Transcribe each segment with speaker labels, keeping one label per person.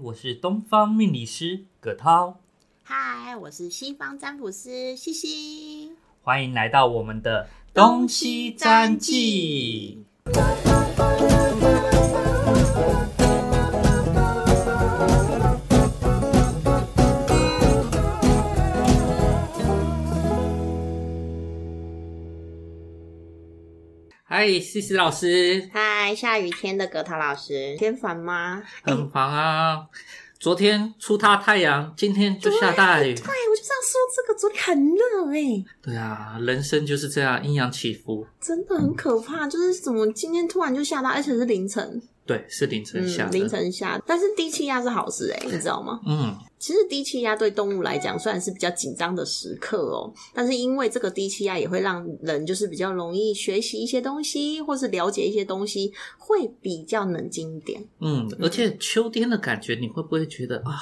Speaker 1: 我是东方命理师葛涛，
Speaker 2: 嗨，我是西方占卜师西西。
Speaker 1: 欢迎来到我们的
Speaker 2: 东西占记。
Speaker 1: 嗨，西西老师，
Speaker 2: 嗨，下雨天的葛涛老师，天烦吗？
Speaker 1: 很忙啊！昨天出大太阳，今天就下大雨。
Speaker 2: 对，我就想说这个昨天很热哎、
Speaker 1: 对啊，人生就是这样，阴阳起伏。
Speaker 2: 真的很可怕。就是怎么今天突然就下大，而且是凌晨，
Speaker 1: 对，是凌晨下
Speaker 2: 嗯，
Speaker 1: 的。
Speaker 2: 凌晨下，但是低气压是好事哎、你知道吗？
Speaker 1: 嗯，
Speaker 2: 其实低气压对动物来讲虽然是比较紧张的时刻哦，但是因为这个低气压也会让人就是比较容易学习一些东西，或是了解一些东西，会比较冷静一点。
Speaker 1: 嗯，而且秋天的感觉，你会不会觉得啊，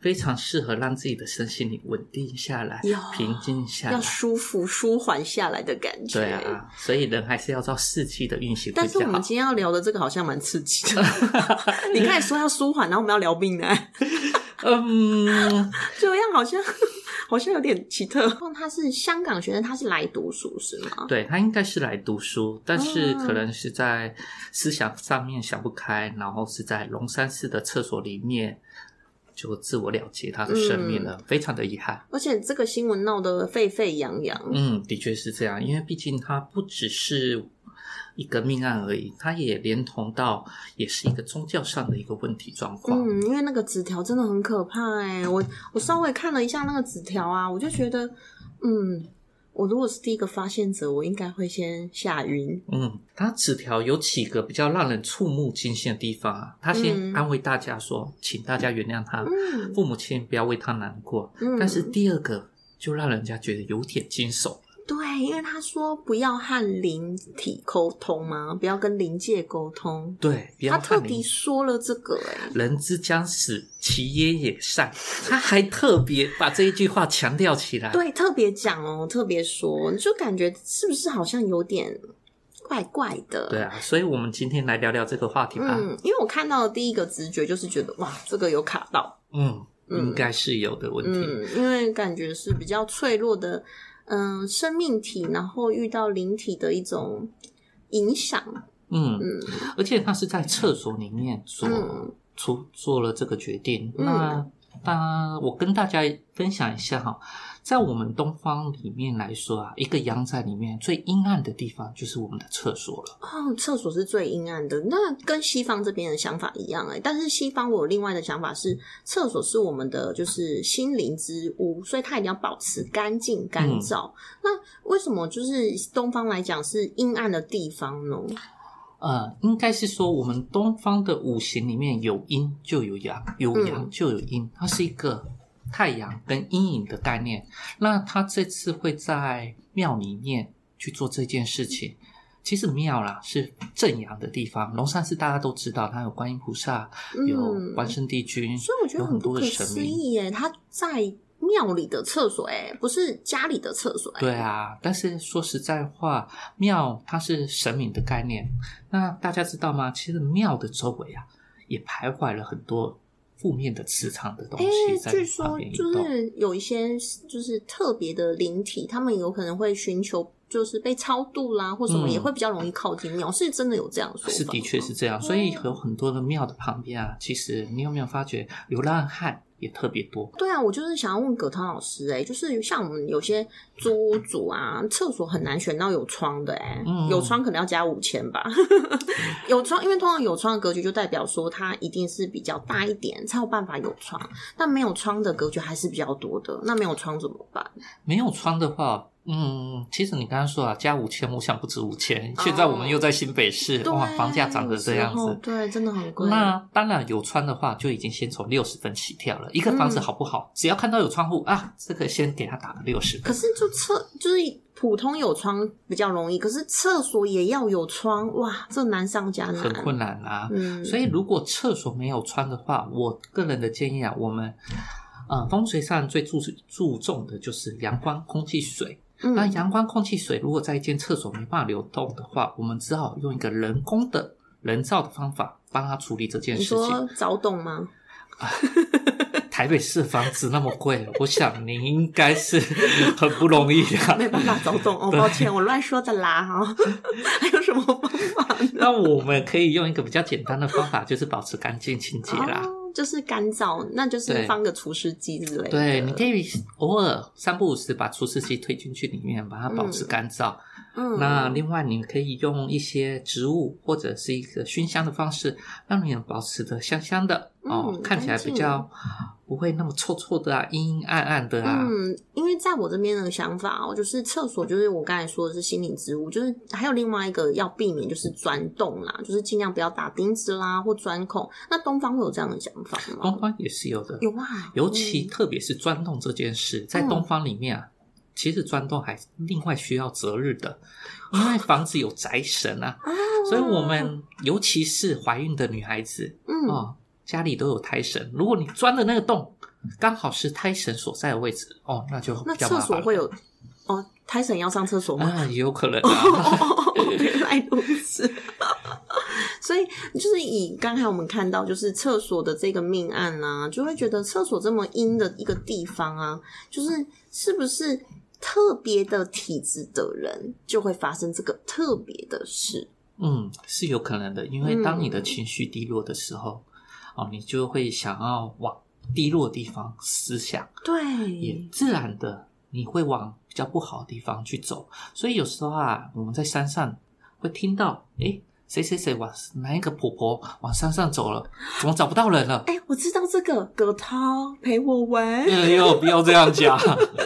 Speaker 1: 非常适合让自己的身心灵稳定下来
Speaker 2: 有、
Speaker 1: 平静下
Speaker 2: 要
Speaker 1: 来？
Speaker 2: 舒服、舒缓下来的感觉。
Speaker 1: 对啊，所以人还是要照四季的运行会
Speaker 2: 但
Speaker 1: 比
Speaker 2: 是我
Speaker 1: 较
Speaker 2: 们
Speaker 1: 好。
Speaker 2: 今天要聊的这个好像蛮刺激的。 你刚才说要舒缓，然后我们要聊病呢，
Speaker 1: 嗯，
Speaker 2: 这样好像 好像有点奇特。他是香港学生，他是来读书是吗？
Speaker 1: 对他应该是来读书，但是
Speaker 2: 哦
Speaker 1: 可能是在思想上面想不开，然后是在龙山寺的厕所里面就自我了结他的生命
Speaker 2: 嗯
Speaker 1: 了，非常的遗憾。
Speaker 2: 而且这个新闻闹得沸沸扬扬。
Speaker 1: 嗯，的确是这样，因为毕竟它不只是一个命案而已，它也连同到也是一个宗教上的一个问题状况。
Speaker 2: 嗯，因为那个纸条真的很可怕哎、我我稍微看了一下那个纸条啊，我就觉得，嗯，我如果是第一个发现者，我应该会先吓晕。
Speaker 1: 嗯，他纸条有几个比较让人触目惊心的地方啊。他先
Speaker 2: 嗯
Speaker 1: 安慰大家说，请大家原谅他，
Speaker 2: 嗯
Speaker 1: 父母亲不要为他难过。
Speaker 2: 嗯，
Speaker 1: 但是第二个就让人家觉得有点惊悚。
Speaker 2: 对，因为他说不要和灵体沟通嘛，不要跟灵界沟通，
Speaker 1: 对，不要
Speaker 2: 他特
Speaker 1: 看
Speaker 2: 地
Speaker 1: 你
Speaker 2: 说了这个哎、
Speaker 1: 人之将死，其言也善。他还特别把这一句话强调起来。
Speaker 2: 对，特别讲哦，特别说，就感觉是不是好像有点怪怪的？
Speaker 1: 对啊，所以我们今天来聊聊这个话题吧。
Speaker 2: 嗯，因为我看到的第一个直觉就是觉得哇，这个有卡到，
Speaker 1: 嗯，
Speaker 2: 嗯
Speaker 1: 应该是有的问题。
Speaker 2: 嗯，因为感觉是比较脆弱的，嗯、生命体，然后遇到灵体的一种影响，
Speaker 1: 嗯，
Speaker 2: 嗯
Speaker 1: 而且他是在厕所里面做
Speaker 2: 嗯
Speaker 1: 出做了这个决定。
Speaker 2: 嗯
Speaker 1: 那那我跟大家分享一下哈，在我们东方里面来说啊，一个阳宅里面最阴暗的地方就是我们的厕所了。
Speaker 2: 哦，厕所是最阴暗的，那跟西方这边的想法一样哎、但是西方我有另外的想法是，厕所是我们的就是心灵之屋，所以它一定要保持干净干
Speaker 1: 嗯
Speaker 2: 燥。那为什么就是东方来讲是阴暗的地方呢？
Speaker 1: 呃，应该是说我们东方的五行里面有阴就有阳，有
Speaker 2: 嗯
Speaker 1: 阳就有阴，它是一个太阳跟阴影的概念。那他这次会在庙里面去做这件事情。其实庙啦是正阳的地方，龙山寺大家都知道，它有观音菩萨，有
Speaker 2: 嗯
Speaker 1: 关圣帝君，
Speaker 2: 所以我觉得
Speaker 1: 有很
Speaker 2: 很不
Speaker 1: 多
Speaker 2: 可
Speaker 1: 的神
Speaker 2: 思
Speaker 1: 明。
Speaker 2: 议耶，他在庙里的厕所哎，不是家里的厕所哎。
Speaker 1: 对啊，但是说实在话，庙它是神明的概念。那大家知道吗？其实庙的周围啊，也徘徊了很多负面的磁场的东
Speaker 2: 哎、
Speaker 1: 西在
Speaker 2: 据
Speaker 1: 旁
Speaker 2: 说
Speaker 1: 边移
Speaker 2: 就
Speaker 1: 动。
Speaker 2: 是有一些就是特别的灵体，他们有可能会寻求就是被超度啦，或什么
Speaker 1: 嗯
Speaker 2: 也会比较容易靠近庙，是真的有这样说法吗？
Speaker 1: 是的确是这样，
Speaker 2: 嗯
Speaker 1: 所以有很多的庙的旁边啊，其实你有没有发觉流浪汉也特别多？
Speaker 2: 对啊，我就是想要问葛涛老师、哎，就是像我们有些租屋主啊，厕所很难选到有窗的、哎、
Speaker 1: 嗯
Speaker 2: 有窗可能要加五千吧。 有窗，因为通常有窗的格局就代表说它一定是比较大一点才有办法有窗，但没有窗的格局还是比较多的。那没有窗怎么办？
Speaker 1: 没有窗的话，嗯，其实你刚刚说啊，加五千，我想不止五千。现在我们又在新北市，
Speaker 2: 哦对，
Speaker 1: 哇，房价涨成这样
Speaker 2: 有时候
Speaker 1: 子，
Speaker 2: 对，真的很贵。
Speaker 1: 那当然有窗的话，就已经先从六十分起跳了。一个房子
Speaker 2: 嗯
Speaker 1: 好不好，只要看到有窗户啊，这个先给他打个六十分。
Speaker 2: 可是就厕就是普通有窗比较容易，可是厕所也要有窗，哇，这难上加难，
Speaker 1: 很困难啊。
Speaker 2: 嗯，
Speaker 1: 所以如果厕所没有窗的话，我个人的建议啊，我们呃风水上最注注重的就是阳光、空气、水。
Speaker 2: 嗯
Speaker 1: 那阳光、空气、水如果在一间厕所没办法流动的话，我们只好用一个人工的人造的方法帮他处理这件
Speaker 2: 你
Speaker 1: 事情。
Speaker 2: 说早懂吗？
Speaker 1: 台北市房子那么贵，我想您应该是很不容易啊。
Speaker 2: 没办法，走总哦，抱歉，我乱说的 啦哈。还有什么方法呢？
Speaker 1: 那我们可以用一个比较简单的方法，就是保持干净清洁啦。
Speaker 2: 哦就是干燥，那就是
Speaker 1: 对
Speaker 2: 放个除湿机之类的。
Speaker 1: 对，你可以偶尔三不五时把除湿机推进去里面，把它保持干燥。
Speaker 2: 嗯，
Speaker 1: 那另外，你可以用一些植物或者是一个熏香的方式，让你保持的香香的、哦
Speaker 2: 嗯，
Speaker 1: 看起来比较不会那么臭臭的啊，阴阴暗暗的啊。
Speaker 2: 嗯，因为在我这边的想法哦，就是厕所，就是我刚才说的是心灵之屋，就是还有另外一个要避免就是钻洞啦，就是尽量不要打钉子啦或钻孔。那东方会有这样的想法
Speaker 1: 东
Speaker 2: 吗？
Speaker 1: 方也是有的，
Speaker 2: 有啊，
Speaker 1: 哦尤其特别是钻洞这件事，
Speaker 2: 嗯
Speaker 1: 在东方里面啊，其实钻洞还另外需要择日的，因为房子有宅神啊，
Speaker 2: 嗯、
Speaker 1: 所以我们尤其是怀孕的女孩子
Speaker 2: 嗯
Speaker 1: 哦，家里都有胎神，如果你钻的那个洞刚好是胎神所在的位置，哦，那就
Speaker 2: 那
Speaker 1: 比较麻
Speaker 2: 厕
Speaker 1: 烦
Speaker 2: 所会有哦，胎神要上厕所吗？
Speaker 1: 啊，也有可能、啊。
Speaker 2: 哦，原来如此。 所以就是以刚才我们看到，就是厕所的这个命案啊，就会觉得厕所这么阴的一个地方啊，就是是不是特别的体质的人就会发生这个特别的事？
Speaker 1: 嗯，是有可能的，因为当你
Speaker 2: 嗯
Speaker 1: 的情绪低落的时候，哦，你就会想要往低落的地方思想，也
Speaker 2: 对，
Speaker 1: 自然的你会往比较不好的地方去走。所以有时候啊，我们在山上会听到，诶，谁谁谁往哪一个婆婆往山上走了，怎么找不到人了？
Speaker 2: 哎、我知道这个葛涛陪我玩
Speaker 1: 哎呦，不要这样讲。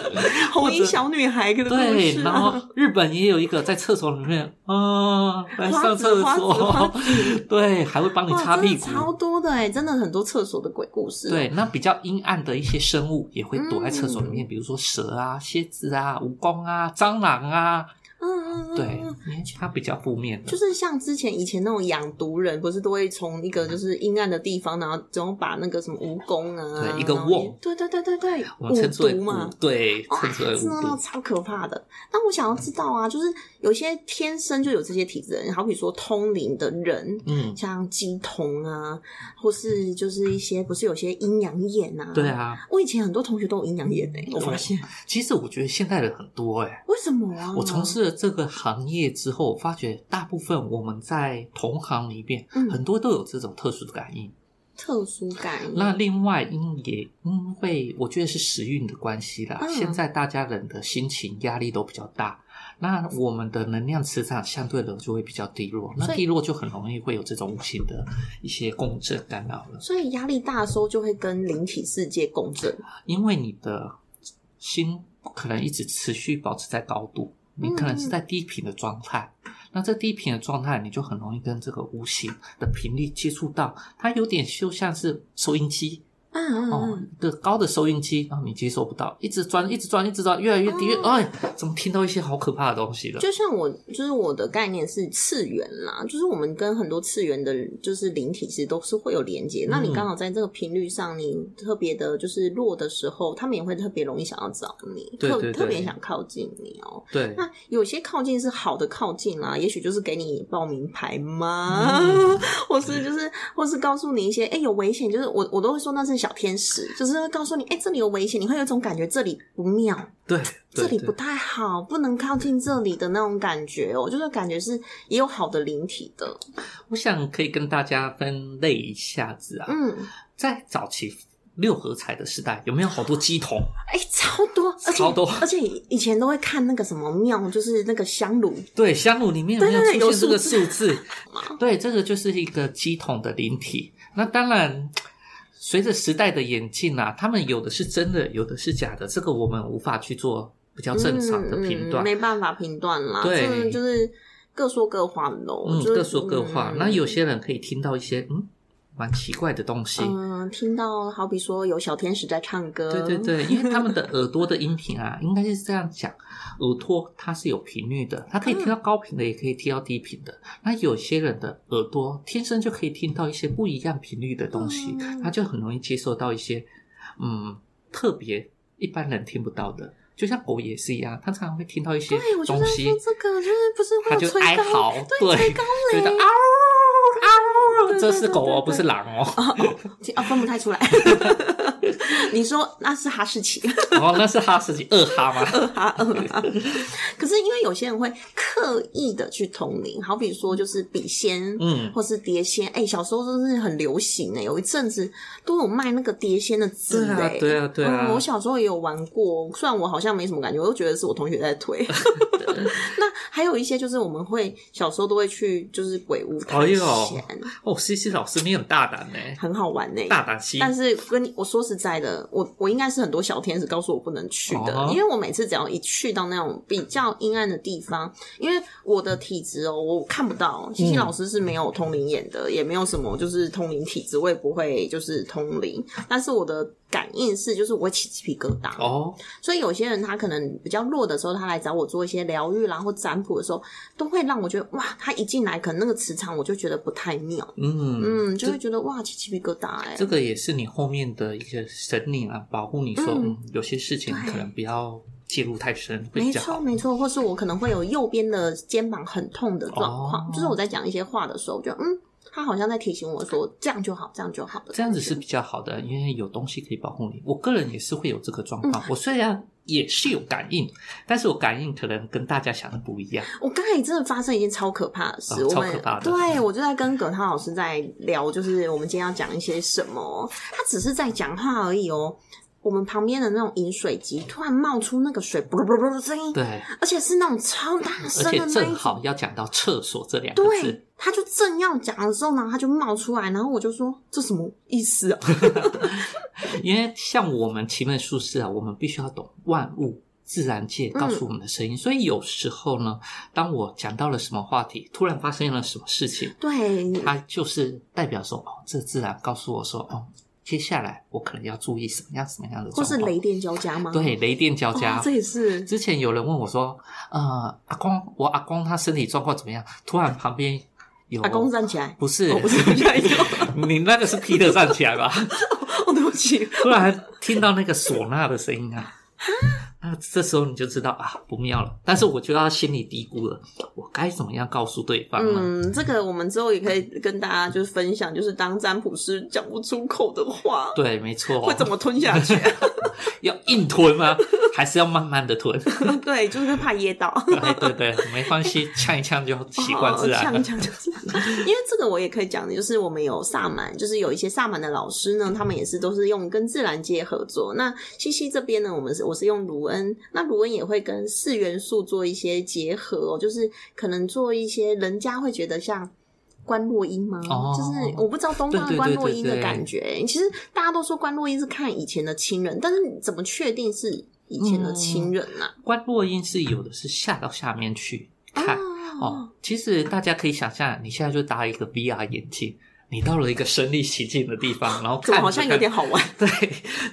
Speaker 2: 红衣小女孩的 故
Speaker 1: 对，
Speaker 2: 事、
Speaker 1: 然
Speaker 2: 啊。
Speaker 1: 后日本也有一个在厕所里面，啊，来
Speaker 2: 花
Speaker 1: 上
Speaker 2: 子
Speaker 1: 厕
Speaker 2: 花子花
Speaker 1: 所， 对，还会帮你
Speaker 2: 哇，
Speaker 1: 擦
Speaker 2: 真
Speaker 1: 屁
Speaker 2: 的超
Speaker 1: 股。
Speaker 2: 多的哎、真的很多厕所的鬼故事。，
Speaker 1: 对，那比较阴暗的一些生物也会躲在厕
Speaker 2: 嗯
Speaker 1: 所里面，比如说蛇啊、蝎子啊、蜈蚣啊、蟑螂啊，
Speaker 2: 嗯嗯嗯，
Speaker 1: 对
Speaker 2: 嗯，
Speaker 1: 它比较负面的
Speaker 2: 就。是像之前以前那种养毒人，不是都会从一个就是阴暗的地方，然后然后把那个什么蜈蚣啊，
Speaker 1: 对一个
Speaker 2: 然后也
Speaker 1: 瓮
Speaker 2: 对对对对对，
Speaker 1: 我们称之为
Speaker 2: 毒嘛
Speaker 1: 蛊，，对，
Speaker 2: 哇
Speaker 1: 称之为
Speaker 2: 真的
Speaker 1: 蛊毒。
Speaker 2: 超可怕的。那我想要知道啊，就是有些天生就有这些体质的人，好比说通灵的人，
Speaker 1: 嗯，
Speaker 2: 像鸡童啊，或是就是一些不是有些阴阳眼啊，
Speaker 1: 对。啊，
Speaker 2: 我以前很多同学都有阴阳眼诶、欸我发现
Speaker 1: 其实我觉得现代人很多哎、
Speaker 2: 为什么啊？
Speaker 1: 我从事了这个行业之后，我发觉大部分我们在同行里面，
Speaker 2: 嗯
Speaker 1: 很多都有这种特殊的感应。
Speaker 2: 特殊感应，
Speaker 1: 那另外，因也因为我觉得是时运的关系啦，
Speaker 2: 嗯
Speaker 1: 现在大家人的心情压力都比较大，那我们的能量磁场相对的就会比较低落，那
Speaker 2: 所以
Speaker 1: 低落就很容易会有这种无形的一些共振啊干扰了，
Speaker 2: 所以压力大的时候就会跟灵体世界共振。
Speaker 1: 因为你的心不可能一直持续保持在高度，你可能是在低频的状态。那这低频的状态，你就很容易跟这个无形的频率接触到，它有点就像是收音机，
Speaker 2: 嗯嗯
Speaker 1: 哦
Speaker 2: 嗯，，
Speaker 1: 一个高的收音机，哦然后你接收不到，一直钻，一直钻，一直钻，越来越低，越
Speaker 2: 哦
Speaker 1: 哎，怎么听到一些好可怕的东西了？
Speaker 2: 就像我，就是我的概念是次元啦，就是我们跟很多次元的，就是灵体其实都是会有连接。那你
Speaker 1: 嗯
Speaker 2: 刚好在这个频率上，你特别的就是弱的时候，他们也会特别容易想要找你，
Speaker 1: 对对
Speaker 2: 特特别
Speaker 1: 对
Speaker 2: 想靠近你哦、
Speaker 1: 对，
Speaker 2: 那有些靠近是好的靠近啦，也许就是给你报名牌嘛，
Speaker 1: 嗯
Speaker 2: 或是就是或是告诉你一些，哎、有危险，就是我我都会说那是小天使，就是会告诉你，哎、这里有危险，你会有一种感觉这里不妙，
Speaker 1: 对，
Speaker 2: 这
Speaker 1: 对
Speaker 2: 里
Speaker 1: 对
Speaker 2: 不太好，不能靠近这里的那种感觉哦，就是感觉是也有好的灵体的，
Speaker 1: 啊我想可以跟大家分类一下子啊，
Speaker 2: 嗯，
Speaker 1: 在早期六合彩的时代，有没有好多鸡桶？
Speaker 2: 哎、超多，而且
Speaker 1: 超多
Speaker 2: 而且以前都会看那个什么庙，就是那个香炉，
Speaker 1: 对，香炉里面有没
Speaker 2: 对对对
Speaker 1: 有出现这
Speaker 2: 有
Speaker 1: 个
Speaker 2: 数嗯
Speaker 1: 数 字？对，这个就是一个鸡桶的灵体。那当然，随着时代的演进啊，他们有的是真的，有的是假的，这个我们无法去做比较正常的评
Speaker 2: 嗯
Speaker 1: 断
Speaker 2: 嗯，。没办法评断啦，
Speaker 1: 对
Speaker 2: 真的就是各说各话喽，
Speaker 1: 嗯，
Speaker 2: 就是
Speaker 1: 各说各话。
Speaker 2: 嗯
Speaker 1: 那有些人可以听到一些嗯蛮奇怪的东西，
Speaker 2: 嗯，听到好比说有小天使在唱歌，嗯
Speaker 1: 对对，对，因为他们的耳朵的音频啊，应该是这样讲，耳朵它是有频率的，它可以听到高频的，也可以听到低频的。那有些人的耳朵天生就可以听到一些不一样频率的东西
Speaker 2: 嗯，
Speaker 1: 他就很容易接受到一些嗯特别一般人听不到的。就像狗也是一样，它常常会听到一些
Speaker 2: 对我就
Speaker 1: 东
Speaker 2: 在
Speaker 1: 西
Speaker 2: 说，这个就是不是会
Speaker 1: 它
Speaker 2: 有
Speaker 1: 就
Speaker 2: 吹
Speaker 1: 哀
Speaker 2: 高，
Speaker 1: 嚎，对
Speaker 2: 对，吹高，
Speaker 1: 觉
Speaker 2: 嘞
Speaker 1: 得，嗷嗷
Speaker 2: 对
Speaker 1: 这是狗哦，
Speaker 2: 对对对
Speaker 1: 不是狼哦。
Speaker 2: 啊，分不太出来。 你说那是哈士奇，
Speaker 1: 哦，那是哈士奇，二哈吗？
Speaker 2: 哈嗯哈可是因为有些人会刻意的去通灵，好比说就是笔仙，
Speaker 1: 嗯
Speaker 2: 或是碟仙。哎、小时候真是很流行哎、有一阵子都有卖那个碟仙的纸
Speaker 1: 对啊
Speaker 2: 哎、
Speaker 1: 对啊对啊
Speaker 2: 嗯我小时候也有玩过，虽然我好像没什么感觉，我都觉得是我同学在推。 那还有一些就是我们会小时候都会去就是鬼屋探
Speaker 1: 哎
Speaker 2: 险，
Speaker 1: 呦哦，西西老师，你很大胆呢，
Speaker 2: 很好玩哎、
Speaker 1: 大胆西。
Speaker 2: 但是跟你我说实在的，我我应该是很多小天使告诉我不能去的
Speaker 1: 哦
Speaker 2: 因为我每次只要一去到那种比较阴暗的地方，因为我的体质哦，我看不
Speaker 1: 嗯
Speaker 2: 到。西西老师是没有通灵眼的，也没有什么就是通灵体质，我也不会就是通灵。但是我的感应是，就是我会起鸡皮疙瘩。
Speaker 1: 哦，
Speaker 2: 所以有些人他可能比较弱的时候，他来找我做一些疗愈啦或占卜的时候，都会让我觉得哇，他一进来可能那个磁场我就觉得不太妙，
Speaker 1: 嗯，
Speaker 2: 嗯，就会觉得哇起鸡皮疙瘩哎、
Speaker 1: 这个也是你后面的一些神灵啊，保护你说，
Speaker 2: 嗯
Speaker 1: 嗯，有些事情
Speaker 2: 对
Speaker 1: 可能不要介入太深会
Speaker 2: 没
Speaker 1: 比较
Speaker 2: 错，
Speaker 1: 好。
Speaker 2: 没错，或是我可能会有右边的肩膀很痛的状况，
Speaker 1: 哦
Speaker 2: 就是我在讲一些话的时候，我就嗯，他好像在提醒我说这样就好，这样就好的感觉。
Speaker 1: 这样子是比较好的，因为有东西可以保护你。我个人也是会有这个
Speaker 2: 嗯
Speaker 1: 状况，我虽然也是有感应，但是我感应可能跟大家想的不一样。
Speaker 2: 我刚才真的发生一件超可怕的事，
Speaker 1: 啊
Speaker 2: 我
Speaker 1: 超
Speaker 2: 们
Speaker 1: 可怕的
Speaker 2: 对我就在跟葛涛老师在聊，就是我们今天要讲一些什么，他只是在讲话而已哦。我们旁边的那种饮水机突然冒出那个水啵啵啵的声音，
Speaker 1: 对，
Speaker 2: 而且是那种超大声
Speaker 1: 而且
Speaker 2: 的那
Speaker 1: 正
Speaker 2: 一种。
Speaker 1: 好要讲到厕所这两个字
Speaker 2: 对，，他就正要讲的时候呢，他就冒出来，然后我就说这什么意思啊？
Speaker 1: 因为像我们奇门术士啊，我们必须要懂万物。自然界
Speaker 2: 嗯
Speaker 1: 告诉我们的声音，所以有时候呢，当我讲到了什么话题，突然发生了什么事情，
Speaker 2: 对，
Speaker 1: 它就是代表说，哦，这自然告诉我说，哦，接下来我可能要注意什么样什么样的
Speaker 2: 或
Speaker 1: 状
Speaker 2: 是
Speaker 1: 况，
Speaker 2: 雷电交加吗？
Speaker 1: 哦对雷电交
Speaker 2: 哦，
Speaker 1: 加、
Speaker 2: 这也是
Speaker 1: 之前有人问我说，呃，阿公，我阿公他身体状况怎么样？突然旁边有
Speaker 2: 阿公站起来。
Speaker 1: 不是、
Speaker 2: 哦不是吓一跳
Speaker 1: 你那个是 Peter 站起来吧？
Speaker 2: 哦，对不起，
Speaker 1: 突然听到那个唢呐的声音啊，那这时候你就知道啊不妙了。但是我就要心里嘀咕了，我该怎么样告诉对方呢？
Speaker 2: 嗯，这个我们之后也可以跟大家就是分享，就是当占卜师讲不出口的话，
Speaker 1: 对，没错，
Speaker 2: 会怎么吞下去？
Speaker 1: 要硬吞吗？还是要慢慢的吞？
Speaker 2: 对，就是怕噎到。
Speaker 1: 对对对，没关系，呛一呛就习惯自然了。
Speaker 2: 哦呛呛 就是，因为这个我也可以讲的，就是我们有萨满，就是有一些萨满的老师呢，他们也是都是用跟自然界合作。那西西这边呢，我们是我是用卢恩，那卢恩也会跟四元素做一些结合、哦，就是可能做一些人家会觉得像。关落音吗？
Speaker 1: 哦
Speaker 2: 就是我不知道东方的
Speaker 1: 对对对
Speaker 2: 关落音的
Speaker 1: 对对
Speaker 2: 感觉、其实大家都说关落音是看以前的亲人，但是你怎么确定是以前的亲人呢、
Speaker 1: 关落音是有的是下到下面去
Speaker 2: 啊？
Speaker 1: 看哦。其实大家可以想象，你现在就搭一个 VR 眼镜，你到了一个身临其境的地方，然后
Speaker 2: 怎
Speaker 1: 看
Speaker 2: 么好像
Speaker 1: 着
Speaker 2: 有
Speaker 1: 看
Speaker 2: 点好玩？
Speaker 1: 对，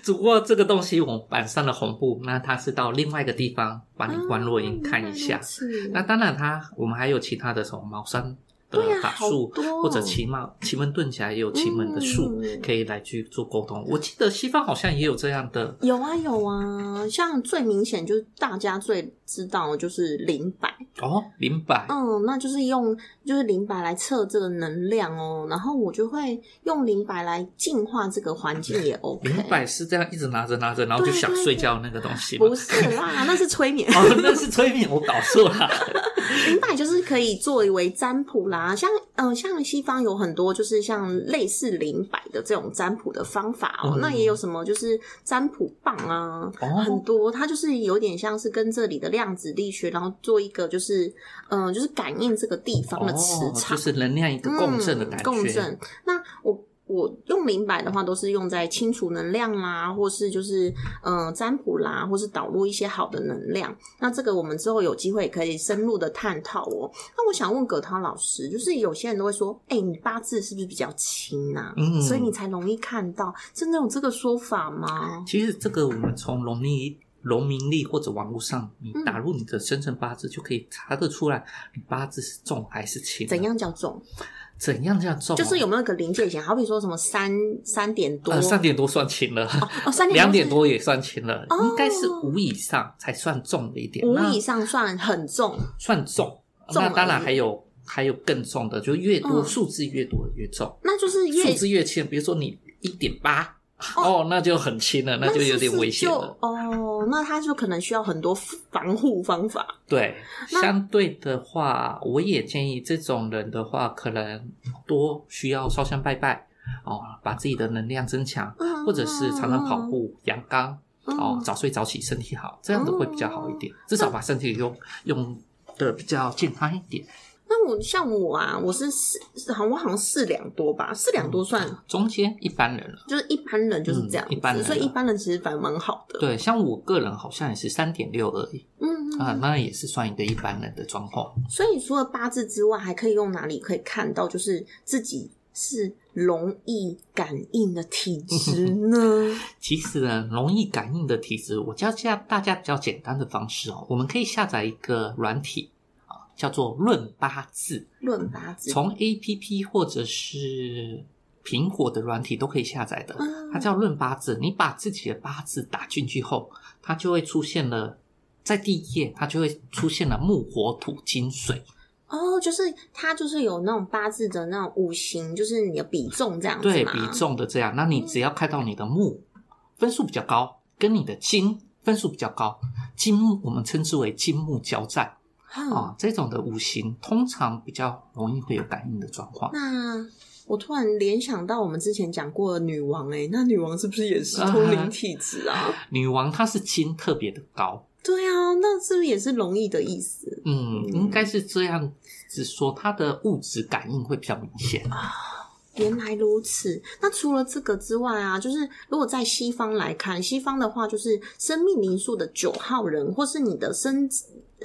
Speaker 1: 只不过这个东西我们板上的红布，那它是到另外一个地方把你关落音看一下。
Speaker 2: 啊原
Speaker 1: 那
Speaker 2: 来如此
Speaker 1: 当然它，我们还有其他的什么茅山的
Speaker 2: 对呀
Speaker 1: 法
Speaker 2: 好
Speaker 1: 术，
Speaker 2: 多哦
Speaker 1: 或者奇门奇门遁甲也有奇门的术、
Speaker 2: 嗯
Speaker 1: 可以来去做沟通。我记得西方好像也有这样的，
Speaker 2: 有啊有啊，像最明显就是大家最知道的就是灵摆，
Speaker 1: 哦，明白。
Speaker 2: 嗯，那就是用就是灵摆来测这个能量哦，然后我就会用灵摆来净化这个环境也 OK。
Speaker 1: 明白是这样，一直拿着拿着，然后就
Speaker 2: 对
Speaker 1: 想
Speaker 2: 对
Speaker 1: 睡觉那个东西吗
Speaker 2: 不？是啦，那是催眠。
Speaker 1: 哦， 那是催眠，我搞错了。
Speaker 2: 灵摆就是可以作为占卜啦，像嗯、呃像西方有很多就是像类似灵摆的这种占卜的方法哦、
Speaker 1: 嗯
Speaker 2: 那也有什么就是占卜棒啊，很
Speaker 1: 哦，
Speaker 2: 多，它就是有点像是跟这里的量子力学，然后做一个就是，嗯、就是感应这个地方的磁
Speaker 1: 哦，
Speaker 2: 场，
Speaker 1: 就是能量一个共振的感
Speaker 2: 嗯
Speaker 1: 觉。
Speaker 2: 共振。那我我用明白的话，都是用在清除能量啦，或是就是嗯、呃占卜啦，或是导入一些好的能量。那这个我们之后有机会可以深入的探讨哦。那我想问葛涛老师，就是有些人都会说，哎、你八字是不是比较轻啊？
Speaker 1: 嗯
Speaker 2: 所以你才容易看到，真的有这个说法吗？
Speaker 1: 其实这个我们从农历、农民历或者网络上，你
Speaker 2: 嗯
Speaker 1: 打入你的生辰八字就可以查得出来，你八字是重还是轻、
Speaker 2: 怎？样叫重？
Speaker 1: 怎样叫重啊、
Speaker 2: 就是有没有一个临界点？好比说什么三三点多，
Speaker 1: 呃三点多算轻了，
Speaker 2: 哦三点
Speaker 1: 两点
Speaker 2: 是
Speaker 1: 多也算轻了，
Speaker 2: 哦
Speaker 1: 应该是五以上才算重的一点。
Speaker 2: 五
Speaker 1: 那
Speaker 2: 以上算很重
Speaker 1: 算重，
Speaker 2: 重
Speaker 1: 那
Speaker 2: 而
Speaker 1: 当然
Speaker 2: 已
Speaker 1: 还有还有更重的，就越多
Speaker 2: 嗯
Speaker 1: 数字越多越重，
Speaker 2: 那就是
Speaker 1: 数
Speaker 2: 越
Speaker 1: 字越轻，比如说你一点八，哦，那就很轻了，那就有点危险
Speaker 2: 是不是
Speaker 1: 了
Speaker 2: 就。哦，那他就可能需要很多防护方法。
Speaker 1: 对，
Speaker 2: 那
Speaker 1: 相对的话，我也建议这种人的话，可能多需要烧香拜拜哦，把自己的能量增强，
Speaker 2: 嗯
Speaker 1: 或者是常常跑步、阳刚哦，
Speaker 2: 嗯哦
Speaker 1: 早睡早起，身体好，这样子会比较好一点，至少把身体用用的比较健康一点。
Speaker 2: 那我像我啊，我是四，好，我好像四两多吧，四两多算、
Speaker 1: 中间一般人了，
Speaker 2: 就是一般人就是这样、
Speaker 1: 嗯嗯一般人啊
Speaker 2: 所以一般人其实反而蛮好的。
Speaker 1: 对，像我个人好像也是三点六而已
Speaker 2: 嗯，嗯
Speaker 1: 啊，那也是算一个一般人的状况。
Speaker 2: 所以除了八字之外，还可以用哪里可以看到，就是自己是容易感应的体质 呢？
Speaker 1: 其实呢，容易感应的体质，我教下大家比较简单的方式哦，我们可以下载一个软体啊，叫做论八字，
Speaker 2: 论八字，
Speaker 1: 从 A P P 或者是苹果的软体都可以下载的
Speaker 2: 嗯，
Speaker 1: 它叫论八字。你把自己的八字打进去后，它就会出现了，在第一页它就会出现了木火土金水，
Speaker 2: 哦，就是它就是有那种八字的那种五行，就是你的比重这样子
Speaker 1: 对
Speaker 2: 嘛
Speaker 1: 比重的这样。那你只要看到你的木分数比较高，跟你的金分数比较高，金木我们称之为金木交战
Speaker 2: 嗯
Speaker 1: 啊、这种的五行通常比较容易会有感应的状况。
Speaker 2: 那我突然联想到我们之前讲过的女王、欸，那女王是不是也是
Speaker 1: 啊
Speaker 2: 通灵体质啊？
Speaker 1: 女王她是金特别的高，
Speaker 2: 对啊，那是不是也是容易的意思？
Speaker 1: 嗯，
Speaker 2: 嗯
Speaker 1: 应该是这样子说，它的物质感应会比较明显。
Speaker 2: 哦原来如此。那除了这个之外啊，就是如果在西方来看，西方的话就是生命灵数的九号人，或是你的生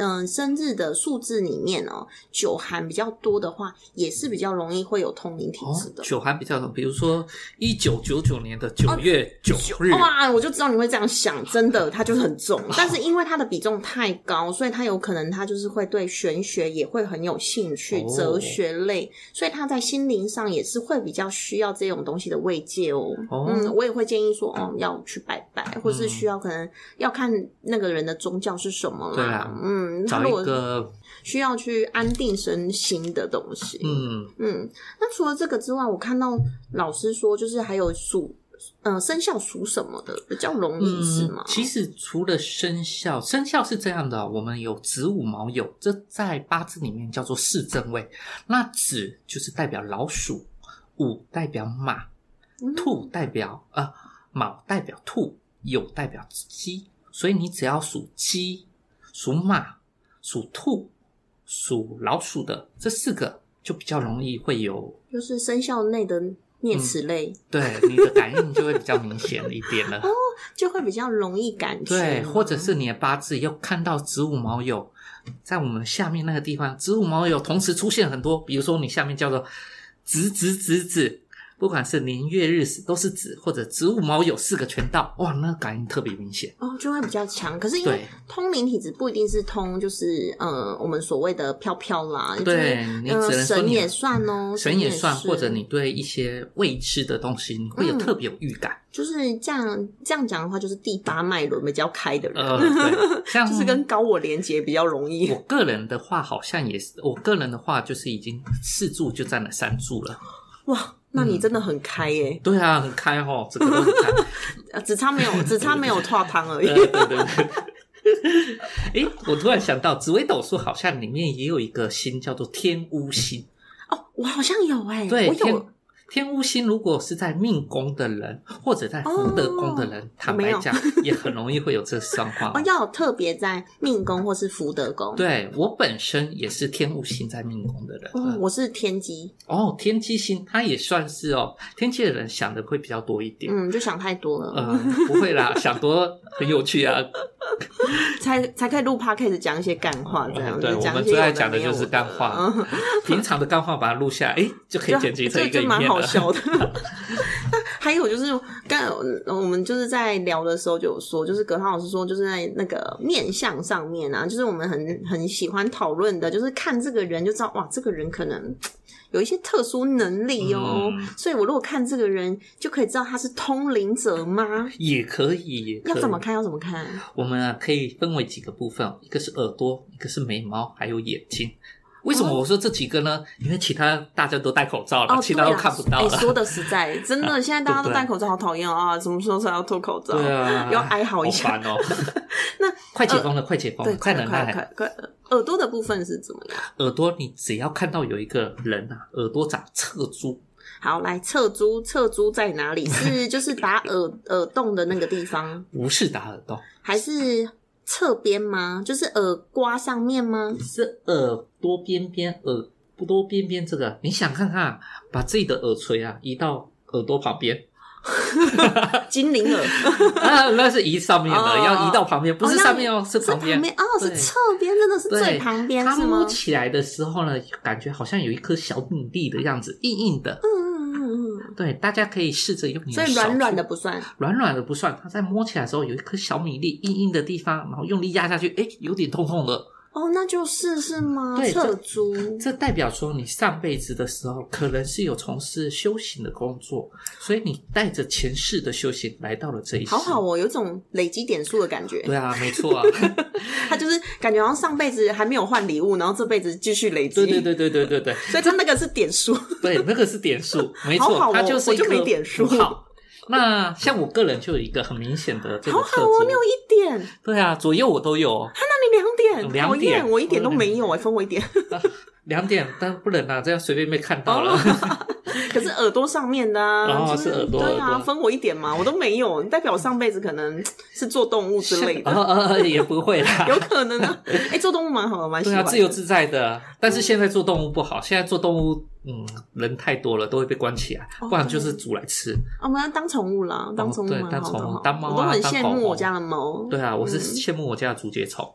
Speaker 2: 嗯、生日的数字里面哦，九寒比较多的话，也是比较容易会有通灵体质的。
Speaker 1: 哦九寒比较，比如说一九九九年的九月九日，
Speaker 2: 哦哇，我就知道你会这样想，真的，它就是很 重。但是因为它的比重太高，所以它有可能它就是会对玄学也会很有兴趣，
Speaker 1: 哦
Speaker 2: 哲学类，所以他在心灵上也是会比较需要这种东西的慰藉哦。
Speaker 1: 哦
Speaker 2: 嗯，我也会建议说，哦，要去拜拜，或是
Speaker 1: 嗯
Speaker 2: 需要可能要看那个人的宗教是什么啦。
Speaker 1: 对啊
Speaker 2: 嗯，他
Speaker 1: 找
Speaker 2: 如
Speaker 1: 一
Speaker 2: 果
Speaker 1: 个
Speaker 2: 需要去安定身心的东西，
Speaker 1: 嗯，
Speaker 2: 嗯，那除了这个之外，我看到老师说，就是还有属，呃，生肖属什么的比较容易是吗？
Speaker 1: 嗯其实除了生肖，生肖是这样的哦，我们有子午卯酉，这在八字里面叫做四正位。那子就是代表老鼠，午代表马，
Speaker 2: 嗯
Speaker 1: 兔代表呃卯代表兔，酉代表鸡，所以你只要属鸡、属马、属兔、属老鼠的这四个，就比较容易会有
Speaker 2: 就是生肖内的
Speaker 1: 嗯
Speaker 2: 啮齿类，
Speaker 1: 对你的感应就会比较明显一点了。
Speaker 2: 就会比较容易感觉，
Speaker 1: 对，或者是你的八字又看到子午卯酉，在我们下面那个地方，子午卯酉同时出现很多，比如说你下面叫做子子子子，不管是年月日时都是子，或者子午卯酉四个全到，哇，那感应特别明显。
Speaker 2: 哦，就会比较强。可是因为
Speaker 1: 对
Speaker 2: 通灵体质不一定是通，就是呃，我们所谓的飘飘啦，
Speaker 1: 对你
Speaker 2: 就是
Speaker 1: 只能说
Speaker 2: 呃，神
Speaker 1: 你
Speaker 2: 也算哦，
Speaker 1: 神也算，
Speaker 2: 是
Speaker 1: 或者你对一些未知的东西，你会有
Speaker 2: 嗯
Speaker 1: 特别有预 感。
Speaker 2: 就是这样这样讲的话，就是第八脉轮比较开的人，
Speaker 1: 呃，对，像
Speaker 2: 就是跟高我连接比较容易
Speaker 1: 我。个人的话，好像也是，我个人的话就是已经四柱就占了三柱了。
Speaker 2: 哇，那你真的很开耶、
Speaker 1: 对啊，很开哦，这个都很开。
Speaker 2: 呃，只差没有，只差没有拓汤而已。
Speaker 1: 对对对对。诶，我突然想到，紫微斗数好像里面也有一个星叫做天巫星，
Speaker 2: 哦，我好像有哎、
Speaker 1: 对，
Speaker 2: 我
Speaker 1: 天
Speaker 2: 有，
Speaker 1: 天巫星如果是在命宫的人或者在福德宫的人，坦白讲， 也很容易会有这状况
Speaker 2: 哦，。要有特别在命宫或是福德宫。，
Speaker 1: 对我本身也是天巫星在命宫的人，
Speaker 2: 哦，我是天机，
Speaker 1: 哦，天机星它也算是哦，天机的人想的会比较多一点。
Speaker 2: 嗯，就想太多了，
Speaker 1: 呃，不会啦，想多很有趣啊，
Speaker 2: 才才可以录 podcast 讲一些干话这样子。
Speaker 1: 嗯对，我
Speaker 2: 讲
Speaker 1: 们
Speaker 2: 一些有
Speaker 1: 最爱
Speaker 2: 的
Speaker 1: 讲的
Speaker 2: 没有
Speaker 1: 就是干话
Speaker 2: 嗯，
Speaker 1: 平常的干话把它录下来，哎，就可以剪辑成一
Speaker 2: 这
Speaker 1: 个
Speaker 2: 就
Speaker 1: 影
Speaker 2: 蛮
Speaker 1: 片
Speaker 2: 好
Speaker 1: 了。
Speaker 2: 笑的。 那还有就是，刚嗯我们就是在聊的时候就有说，就是葛涛老师说，就是在那个面相上面啊，就是我们很很喜欢讨论的，就是看这个人就知道，哇，这个人可能。有一些特殊能力哦，
Speaker 1: 嗯
Speaker 2: 所以我如果看这个人，就可以知道他是通灵者吗？
Speaker 1: 也可以，也可
Speaker 2: 要
Speaker 1: 以。
Speaker 2: 怎么看？要怎么看？
Speaker 1: 我们啊可以分为几个部分，一个是耳朵，一个是眉毛，还有眼睛。为什么我说这几个呢？因为其他大家都戴口罩了，
Speaker 2: 哦，
Speaker 1: 其
Speaker 2: 对
Speaker 1: 他
Speaker 2: 啦，
Speaker 1: 都看不到
Speaker 2: 哎
Speaker 1: 了。 啊
Speaker 2: 说的实在，真的，现在大家都
Speaker 1: 对不对
Speaker 2: 戴口罩，好讨厌啊！什么时候才要脱口罩？
Speaker 1: 对啊，
Speaker 2: 哦要哀嚎一下
Speaker 1: 好烦哦。
Speaker 2: 那 呃
Speaker 1: 快解封了，快解封了，
Speaker 2: 对，
Speaker 1: 快
Speaker 2: 快
Speaker 1: 冷
Speaker 2: 快
Speaker 1: 耐。
Speaker 2: 快快！耳朵的部分是怎么样？
Speaker 1: 耳朵，你只要看到有一个人啊，耳朵长侧珠，
Speaker 2: 好，来侧珠，侧珠在哪 里？是就是打耳耳洞的那个地方，
Speaker 1: 不是打耳洞，
Speaker 2: 还是侧边吗？就是耳刮上 面吗？
Speaker 1: 是耳朵边边耳朵边边这个，你想看看啊，把自己的耳垂啊移到耳朵旁边
Speaker 2: 精灵耳
Speaker 1: 啊，那是移上面的，
Speaker 2: 哦
Speaker 1: 要移到旁边，不是
Speaker 2: 那
Speaker 1: 上面哦，是
Speaker 2: 是旁
Speaker 1: 旁边。
Speaker 2: 边哦，是
Speaker 1: 对
Speaker 2: 侧边，真的是
Speaker 1: 对
Speaker 2: 最旁边
Speaker 1: 它
Speaker 2: 是
Speaker 1: 摸
Speaker 2: 吗？
Speaker 1: 起来的时候呢，感觉好像有一颗小米粒的样子，硬硬的。
Speaker 2: 嗯嗯嗯嗯
Speaker 1: 对，大家可以试着用
Speaker 2: 嗯，
Speaker 1: 你
Speaker 2: 所
Speaker 1: 的
Speaker 2: 以
Speaker 1: 手
Speaker 2: 软软
Speaker 1: 去
Speaker 2: 的不算。
Speaker 1: 软软的不算，它在摸起来的时候有一颗小米粒硬硬的地方，然后用力压下去，哎，有点痛痛的。
Speaker 2: 哦，那就是是吗？
Speaker 1: 对
Speaker 2: 侧珠
Speaker 1: 这代表说你上辈子的时候可能是有从事修行的工作，所以你带着前世的修行来到了这一世。
Speaker 2: 好好哦，有一种累积点数的感觉。
Speaker 1: 对啊，没错 啊，
Speaker 2: 他就是感觉好像上辈子还没有换礼物，然后这辈子继续累积。
Speaker 1: 对对对对对对对
Speaker 2: 所以他那个是点数，
Speaker 1: 对，那个是点数，没错，
Speaker 2: 好好哦
Speaker 1: 它是一
Speaker 2: 我就没
Speaker 1: 个
Speaker 2: 点数
Speaker 1: 符号。那像我个人就有一个很明显的这个
Speaker 2: 好
Speaker 1: 特质，
Speaker 2: 好哦，你有一点，
Speaker 1: 对啊，左右我都有哦，
Speaker 2: 那你两点，
Speaker 1: 两
Speaker 2: 讨
Speaker 1: 点嗯
Speaker 2: 厌，我一点都没有哎，分我一点。
Speaker 1: 两点，但不能啊，这样随便被看到
Speaker 2: 哦
Speaker 1: 了。
Speaker 2: 可是耳朵上面的啊，
Speaker 1: 哦
Speaker 2: 就是
Speaker 1: 耳朵
Speaker 2: 对
Speaker 1: 耳
Speaker 2: 啊，
Speaker 1: 朵
Speaker 2: 分我一点嘛，我都没有，代表我上辈子可能是做动物之类 的，
Speaker 1: 呃呃呃，也不会啦，
Speaker 2: 有可能啊。哎，做动物蛮好的，蛮喜
Speaker 1: 对啊，
Speaker 2: 欢嗯
Speaker 1: 自
Speaker 2: 的。
Speaker 1: 由自在的。但是现在做动物不好，现在做动物，嗯，人太多了，都会被关起来，
Speaker 2: 哦
Speaker 1: 不然就是煮来吃。
Speaker 2: 啊我们要当宠物啦，当宠物
Speaker 1: 对
Speaker 2: 蛮好
Speaker 1: 当宠物
Speaker 2: 的，
Speaker 1: 当猫啊
Speaker 2: 我都很
Speaker 1: 当
Speaker 2: 羡
Speaker 1: 狗
Speaker 2: 慕
Speaker 1: 狗
Speaker 2: 我家的猫。
Speaker 1: 对啊，我是
Speaker 2: 嗯
Speaker 1: 羡慕我家的竹节 虫，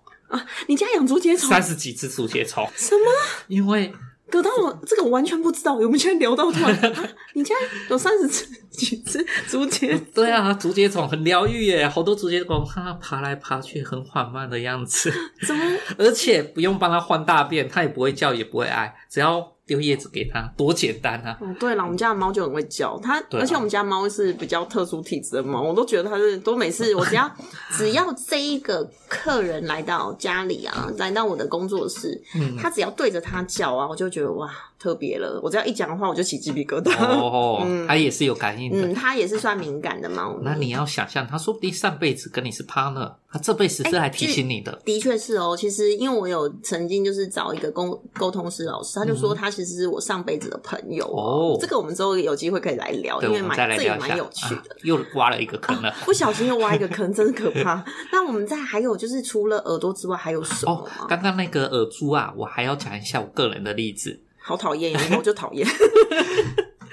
Speaker 2: 你家养竹节虫？
Speaker 1: 三十几只竹节虫，
Speaker 2: 什么？
Speaker 1: 因为
Speaker 2: 葛大我这个我完全不知道，我们现在聊到突然，啊你家有三十只几只竹 节？
Speaker 1: 对啊，竹节虫很疗愈耶，好多竹节虫，看它爬来爬去，很缓慢的样子，
Speaker 2: 怎么？
Speaker 1: 而且不用帮它换大便，它也不会叫，也不会哀，只要丢叶子给它，多简单啊！
Speaker 2: 哦，对了，我们家的猫就很会叫它，
Speaker 1: 对啊
Speaker 2: 而且我们家猫是比较特殊体质的猫，我都觉得它是都每次我 只要只要这一个客人来到家里啊，来到我的工作室，
Speaker 1: 嗯，
Speaker 2: 它只要对着它叫啊，我就觉得哇特别了。我只要一讲的话，我就起鸡皮疙 瘩。
Speaker 1: 哦
Speaker 2: 嗯，
Speaker 1: 它也是有感应的。
Speaker 2: 嗯，它也是算敏感的猫，
Speaker 1: 那你要想象，他说不定上辈子跟你是 partner，他这辈子是
Speaker 2: 哎
Speaker 1: 来提醒你的。
Speaker 2: 的确是哦，其实因为我有曾经就是找一个沟沟通师老师，他就说他其实是我上辈子的朋友
Speaker 1: 嗯哦
Speaker 2: 这个我们之后有机会可以来聊，
Speaker 1: 对，
Speaker 2: 因为
Speaker 1: 我们再
Speaker 2: 蛮
Speaker 1: 来
Speaker 2: 这也
Speaker 1: 聊一下。
Speaker 2: 蛮有趣的。
Speaker 1: 啊又挖了一个坑了。
Speaker 2: 不小心又挖一个坑，真是可怕。那我们再还有就是除了耳朵之外还有什么
Speaker 1: 哦
Speaker 2: 吗，？
Speaker 1: 刚刚那个耳珠啊，我还要讲一下我个人的例子，
Speaker 2: 好讨厌，以后就讨厌，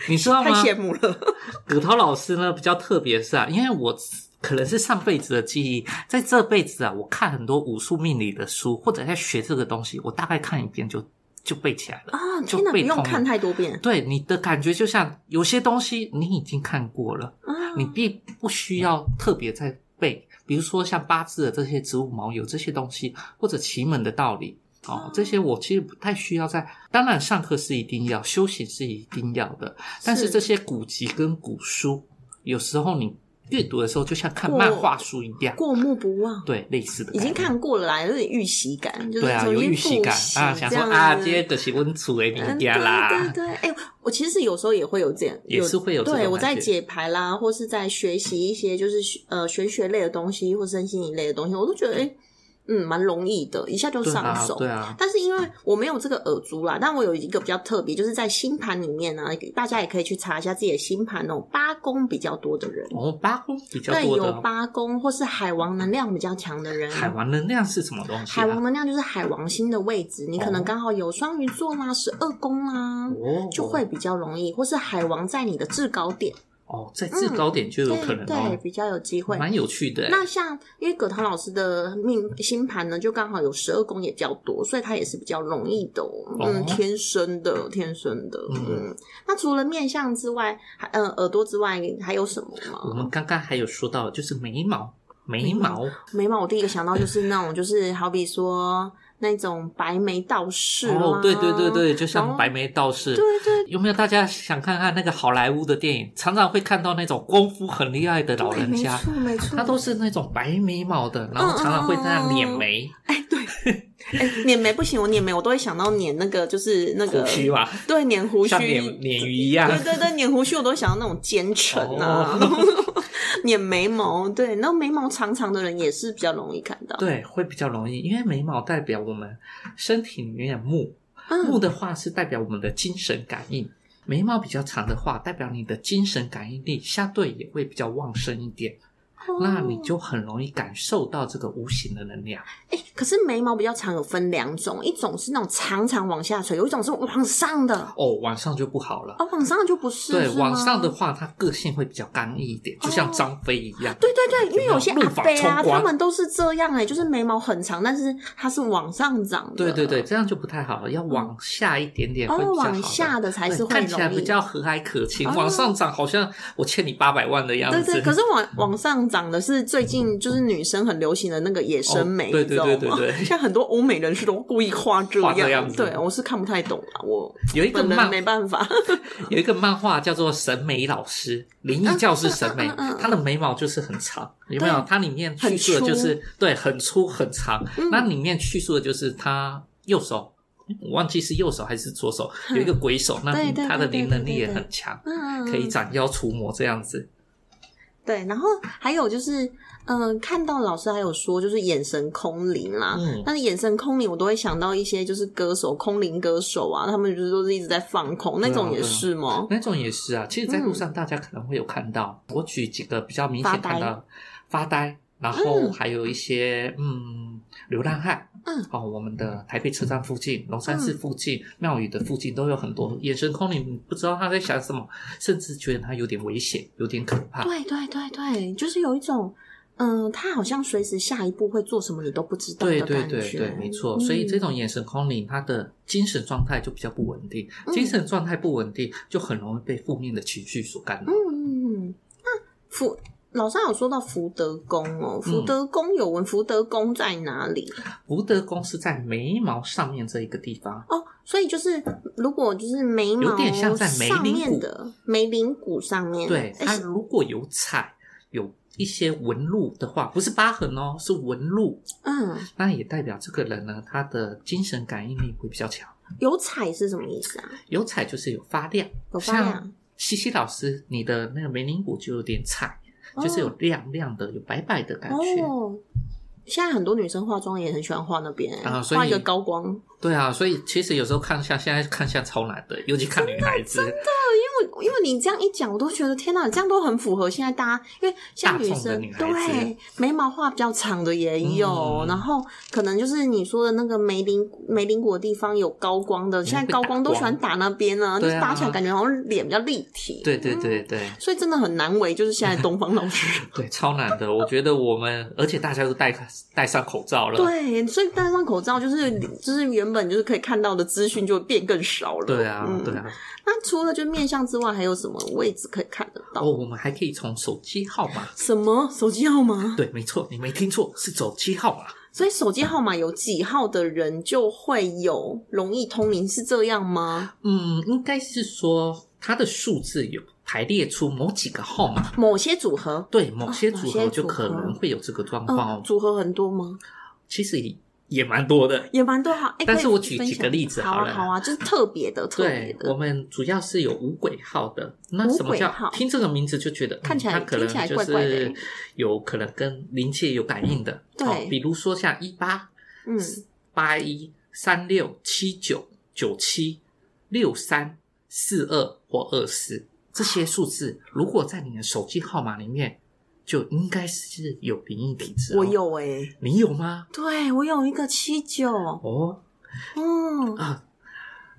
Speaker 1: 你知道
Speaker 2: 太
Speaker 1: 吗？
Speaker 2: 羡慕了。
Speaker 1: 葛涛老师呢比较特别是啊，因为我可能是上辈子的记忆，在这辈子啊，我看很多武术命理的书，或者在学这个东西，我大概看一遍就就背起来了。
Speaker 2: 啊！
Speaker 1: 就
Speaker 2: 天哪，不
Speaker 1: 被
Speaker 2: 用
Speaker 1: 痛
Speaker 2: 看
Speaker 1: 了
Speaker 2: 太多遍
Speaker 1: 对你的感觉就像有些东西你已经看过了。
Speaker 2: 啊！
Speaker 1: 你并不需要特别再背，比如说像八字的这些植物毛有这些东西，或者奇门的道理。哦
Speaker 2: 哦，
Speaker 1: 这些我其实不太需要在，当然上课是一定要，修行是一定要的，但是这些古籍跟古书，有时候你阅读的时候就像看漫画书一样，
Speaker 2: 过目不忘。
Speaker 1: 对，类似的
Speaker 2: 已
Speaker 1: 概念，
Speaker 2: 经看过了啦，有点预习感，就是
Speaker 1: 对啊，
Speaker 2: 重
Speaker 1: 有
Speaker 2: 新
Speaker 1: 预习感
Speaker 2: 复习
Speaker 1: 啊，想
Speaker 2: 这
Speaker 1: 说
Speaker 2: 样
Speaker 1: 啊，
Speaker 2: 子
Speaker 1: 今天可是温楚诶，
Speaker 2: 嗯
Speaker 1: 你家啦
Speaker 2: 对，对对，哎、我其实有时候也会有这样，
Speaker 1: 也是会有这种
Speaker 2: 对我
Speaker 1: 感
Speaker 2: 在
Speaker 1: 觉
Speaker 2: 解牌啦，或是在学习一些就是学呃玄学类的东西，或身心灵类的东西，我都觉得哎、嗯，蛮容易的，一下就
Speaker 1: 对
Speaker 2: 上
Speaker 1: 啊
Speaker 2: 手。，
Speaker 1: 对啊，
Speaker 2: 但是因为我没有这个耳珠啦，但我有一个比较特别，就是在星盘里面呢、大家也可以去查一下自己的星盘哦，八宫比较多的人，
Speaker 1: 哦，八宫比较
Speaker 2: 对，
Speaker 1: 多的
Speaker 2: 有
Speaker 1: 哦，
Speaker 2: 八宫或是海王能量比较强的人，
Speaker 1: 海王能量是什么东西
Speaker 2: 嗯海王
Speaker 1: 啊？
Speaker 2: 能量就是海王星的位置，你可能
Speaker 1: 哦
Speaker 2: 刚好有双鱼座啦、十二宫啦，
Speaker 1: 哦，
Speaker 2: 就会比较容易，或是海王在你的制高点，
Speaker 1: 哦，在制高点就有可能
Speaker 2: 嗯对对，
Speaker 1: 哦，
Speaker 2: 比较有机会。
Speaker 1: 蛮有趣的欸。
Speaker 2: 那像因为葛涛老师的命星盘呢，就刚好有十二宫也比较多，所以他也是比较容易的哦、嗯，天生的，天生的。嗯，
Speaker 1: 嗯
Speaker 2: 那除了面相之外，还呃，耳朵之外还有什么
Speaker 1: 我
Speaker 2: 吗？
Speaker 1: 们刚刚还有说到，就是眉毛，眉毛，
Speaker 2: 眉毛，我第一个想到就是那种，就是好比说那种白眉道士啦
Speaker 1: 哦，对对对对，就
Speaker 2: 然
Speaker 1: 像
Speaker 2: 后
Speaker 1: 白眉道士。
Speaker 2: 啊哦对对
Speaker 1: 有没有大家想看看那个好莱坞的电影？常常会看到那种功夫很厉害的老
Speaker 2: 对，
Speaker 1: 人
Speaker 2: 没
Speaker 1: 家，
Speaker 2: 错没错，嗯
Speaker 1: 他都是那种白眉毛的，然后常常会这样敛眉。
Speaker 2: 哎，对，哎、捻眉不行，我捻眉我都会想到捻那个就是那个
Speaker 1: 胡须嘛，
Speaker 2: 对，捻胡须，
Speaker 1: 像鲶鲶鱼一样
Speaker 2: 对。对对，捻胡须我都想到那种奸臣啊，
Speaker 1: 哦
Speaker 2: 捻眉毛，对，那眉毛长长的人也是比较容易看到。
Speaker 1: 对，会比较容易，因为眉毛代表我们身体里面的木，木
Speaker 2: 嗯，
Speaker 1: 的话是代表我们的精神感应。眉毛比较长的话，代表你的精神感应力相对也会比较旺盛一点，
Speaker 2: 哦
Speaker 1: 那你就很容易感受到这个无形的能量。
Speaker 2: 哎、可是眉毛比较长，有分两种，一种是那种长长往下垂，有一种是往上的。
Speaker 1: 哦，往上就不好了。
Speaker 2: 哦，往上的就不是，
Speaker 1: 对，
Speaker 2: 是吗哦
Speaker 1: 往上的话，它个性会比较刚毅一点，就像张飞一样。
Speaker 2: 对对对，因为有些
Speaker 1: 有没有
Speaker 2: 阿
Speaker 1: 怒发
Speaker 2: 伯啊，
Speaker 1: 冲冠
Speaker 2: 他们都是这样哎、就是眉毛很长，但是它是往上长的。
Speaker 1: 对对对，，这样就不太好了，要往下一点点会比
Speaker 2: 嗯哦，
Speaker 1: 较好的。
Speaker 2: 往下的才
Speaker 1: 对
Speaker 2: 是会
Speaker 1: 看起来
Speaker 2: 容易
Speaker 1: 比。较和蔼可亲，
Speaker 2: 哦
Speaker 1: 往上涨好像我欠你八百万的样
Speaker 2: 对
Speaker 1: 子。嗯
Speaker 2: 对，可是 往往上涨的是最近就是女生很流行的那个野生眉，
Speaker 1: 哦对
Speaker 2: 你知道吗？
Speaker 1: 对对对对
Speaker 2: 像很多欧美人士都故意画这
Speaker 1: 画这样子
Speaker 2: 对，我是看不太懂啊，我
Speaker 1: 有一个
Speaker 2: 本人
Speaker 1: 漫
Speaker 2: 没办法。
Speaker 1: 有一个漫画叫做《审美老师》，灵异教师审美
Speaker 2: 嗯嗯嗯嗯，
Speaker 1: 他的眉毛就是很长，有没有
Speaker 2: 对？
Speaker 1: 它里面叙述的就是对很粗很长，
Speaker 2: 嗯
Speaker 1: 那里面叙述的就是他右手。我忘记是右手还是左手，
Speaker 2: 嗯
Speaker 1: 有一个鬼手，那
Speaker 2: 对对对
Speaker 1: 他的
Speaker 2: 对
Speaker 1: 灵
Speaker 2: 对
Speaker 1: 能力
Speaker 2: 对
Speaker 1: 也
Speaker 2: 对
Speaker 1: 很强，
Speaker 2: 嗯，
Speaker 1: 可以斩妖除魔这样子。
Speaker 2: 对，然后还有就是，嗯、看到老师还有说，就是眼神空灵啦。
Speaker 1: 嗯
Speaker 2: 但是眼神空灵，我都会想到一些就是歌手空灵歌手啊，他们就是都是一直在放空，那
Speaker 1: 对啊
Speaker 2: 种也
Speaker 1: 对啊
Speaker 2: 是吗？
Speaker 1: 那种也是啊。其实，在路
Speaker 2: 嗯
Speaker 1: 上大家可能会有看到，我举几个比较明显看到发呆，然后
Speaker 2: 嗯
Speaker 1: 还有一些嗯流浪汉，
Speaker 2: 嗯，
Speaker 1: 哦，我们的台北车站附近、龙山寺附近、庙宇的附近都有很多眼神空灵，你不知道他在想什么，甚至觉得他有点危险，有点可怕。
Speaker 2: 对对对对，就是有一种，嗯、他好像随时下一步会做什么你都不知道的
Speaker 1: 对
Speaker 2: 感
Speaker 1: 对
Speaker 2: 觉。嗯
Speaker 1: 对对，没错。所以这种眼神空灵，他的精神状态就比较不稳定，
Speaker 2: 嗯
Speaker 1: 精神状态不稳定，就很容易被负面的情绪所干扰
Speaker 2: 嗯，。嗯嗯，那福老师还有说到福德宫哦，福
Speaker 1: 嗯
Speaker 2: 德宫有问福德宫在哪里？
Speaker 1: 福德宫是在眉毛上面这一个地方，
Speaker 2: 哦，所以就是如果就是眉毛
Speaker 1: 有点像在眉
Speaker 2: 上
Speaker 1: 棱
Speaker 2: 面
Speaker 1: 骨
Speaker 2: 的眉棱骨上面，
Speaker 1: 对，
Speaker 2: 哎
Speaker 1: 它
Speaker 2: 是
Speaker 1: 如果有彩，有一些纹路的话，不是疤痕哦，是纹路，
Speaker 2: 嗯，
Speaker 1: 那也代表这个人呢，他的精神感应力会比较强。
Speaker 2: 有彩是什么意思啊？
Speaker 1: 有彩就是有发亮，
Speaker 2: 有发亮
Speaker 1: 像西西老师，你的那个眉棱骨就有点彩，就是有亮亮的，有白白的感觉。
Speaker 2: 哦。现在很多女生化妆也很喜欢画那边、欸
Speaker 1: 啊所以
Speaker 2: 画一个
Speaker 1: 你
Speaker 2: 高光。
Speaker 1: 对啊，所以其实有时候看相，现在看相超难的，尤其看女孩子，
Speaker 2: 因为因为你这样一讲，我都觉得天哪，这样都很符合现在大家，因为像女
Speaker 1: 大众的
Speaker 2: 生
Speaker 1: 女孩子
Speaker 2: 对眉毛画比较长的也有，
Speaker 1: 嗯
Speaker 2: 然后可能就是你说的那个眉棱眉棱骨的地方有高光的，现在
Speaker 1: 会
Speaker 2: 高
Speaker 1: 打
Speaker 2: 光都喜欢
Speaker 1: 光
Speaker 2: 打那边啊，就
Speaker 1: 对
Speaker 2: 是打起来
Speaker 1: 啊
Speaker 2: 感觉好像脸比较立体。
Speaker 1: 对对
Speaker 2: 嗯
Speaker 1: 对对。
Speaker 2: 所以真的很难为，就是现在东方老 师。
Speaker 1: 对，超难的。我觉得我们，而且大家都戴戴上口罩了，
Speaker 2: 对，所以戴上口罩就是就是原本就是可以看到的资讯就变更少了。
Speaker 1: 对啊，
Speaker 2: 嗯
Speaker 1: 对。啊。
Speaker 2: 那除了就面相之外，还有什么位置可以看得到？
Speaker 1: 哦，我们还可以从手机号码，
Speaker 2: 什么手机号码？
Speaker 1: 对，没错，你没听错，是手机号啊码。
Speaker 2: 所以手机号码有几号的人就会有容易通灵，是这样吗？
Speaker 1: 嗯，应该是说它的数字有排列出某几个号码，
Speaker 2: 某些组合，
Speaker 1: 对，某些
Speaker 2: 哦某
Speaker 1: 组
Speaker 2: 些
Speaker 1: 合就
Speaker 2: 组
Speaker 1: 可
Speaker 2: 合
Speaker 1: 能会有这个状
Speaker 2: 嗯、
Speaker 1: 况哦。
Speaker 2: 组合很多吗？
Speaker 1: 其实也也蛮多的。
Speaker 2: 也蛮多好。哎
Speaker 1: 但
Speaker 2: 可以
Speaker 1: 是我举
Speaker 2: 分
Speaker 1: 几
Speaker 2: 享
Speaker 1: 个例子
Speaker 2: 好
Speaker 1: 好
Speaker 2: 啊，
Speaker 1: 了
Speaker 2: 好啊，就是特别的，特
Speaker 1: 对
Speaker 2: 别的。
Speaker 1: 我们主要是有五鬼号的，那
Speaker 2: 五
Speaker 1: 什么
Speaker 2: 鬼
Speaker 1: 叫
Speaker 2: 号
Speaker 1: 听这个名字就觉得
Speaker 2: 看起
Speaker 1: 嗯、
Speaker 2: 来
Speaker 1: 它可能
Speaker 2: 听起来
Speaker 1: 就
Speaker 2: 怪怪的欸
Speaker 1: 是有可能跟灵界有感应的，
Speaker 2: 对
Speaker 1: 哦比如说像一八
Speaker 2: 嗯，
Speaker 1: 啊八一三六七九九七六三四二或二四这些数字，如果在你的手机号码里面，就应该是有灵异体质、哦
Speaker 2: 我，有哎、
Speaker 1: 你有吗？
Speaker 2: 对我有一个七九，
Speaker 1: 哦
Speaker 2: 嗯，
Speaker 1: 啊，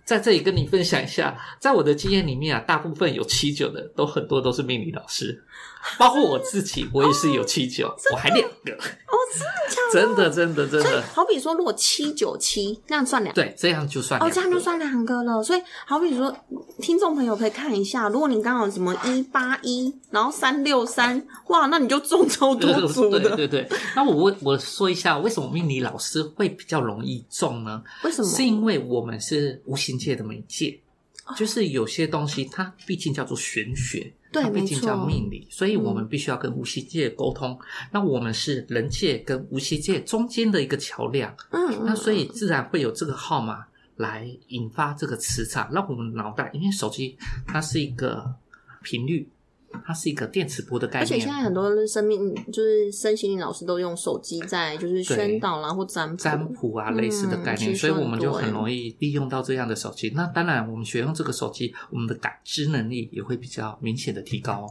Speaker 1: 在这里跟你分享一下，在我的经验里面啊，大部分有七九的都很多都是命理老 师，包括我自己，我也是有七九，我还两个，
Speaker 2: 哦，真的假
Speaker 1: 真的真的真
Speaker 2: 所以
Speaker 1: 的，
Speaker 2: 好比说，如果七九七，那样算两。
Speaker 1: 呃对，这样就算
Speaker 2: 哦，
Speaker 1: 两
Speaker 2: 这样就
Speaker 1: 个
Speaker 2: 算两个了。所以，好比说，听众朋友可以看一下，如果你刚好什么一八一，然后三六三，哇，那你就中超多组
Speaker 1: 对
Speaker 2: 的。
Speaker 1: 对对，那我问我说一下，为什么命理老师会比较容易中呢？
Speaker 2: 为什么？
Speaker 1: 是因为我
Speaker 2: 哦
Speaker 1: 们是无形界的媒介，就是有些东西它毕竟叫做玄学，
Speaker 2: 对
Speaker 1: 它毕
Speaker 2: 没
Speaker 1: 竟叫
Speaker 2: 错嗯
Speaker 1: 命理，所以我们必须要跟无形界沟通。那我们是人界跟无形界中间的一个桥梁，
Speaker 2: 嗯，
Speaker 1: 那所以
Speaker 2: 嗯
Speaker 1: 自然会有这个号码来引发这个磁场，让我们脑袋，因为手机它是一个频率，它是一个电磁波的概
Speaker 2: 而
Speaker 1: 念，
Speaker 2: 且现在很多生命就是身心灵老师都用手机在就是宣导啦或占卜，
Speaker 1: 占卜啊
Speaker 2: 嗯
Speaker 1: 类似的概念，
Speaker 2: 其
Speaker 1: 所
Speaker 2: 实
Speaker 1: 以我们就很
Speaker 2: 很多欸
Speaker 1: 容易利用到这样的手机。那当然，我们学用这个手机，我们的感知能力也会比较明显的提高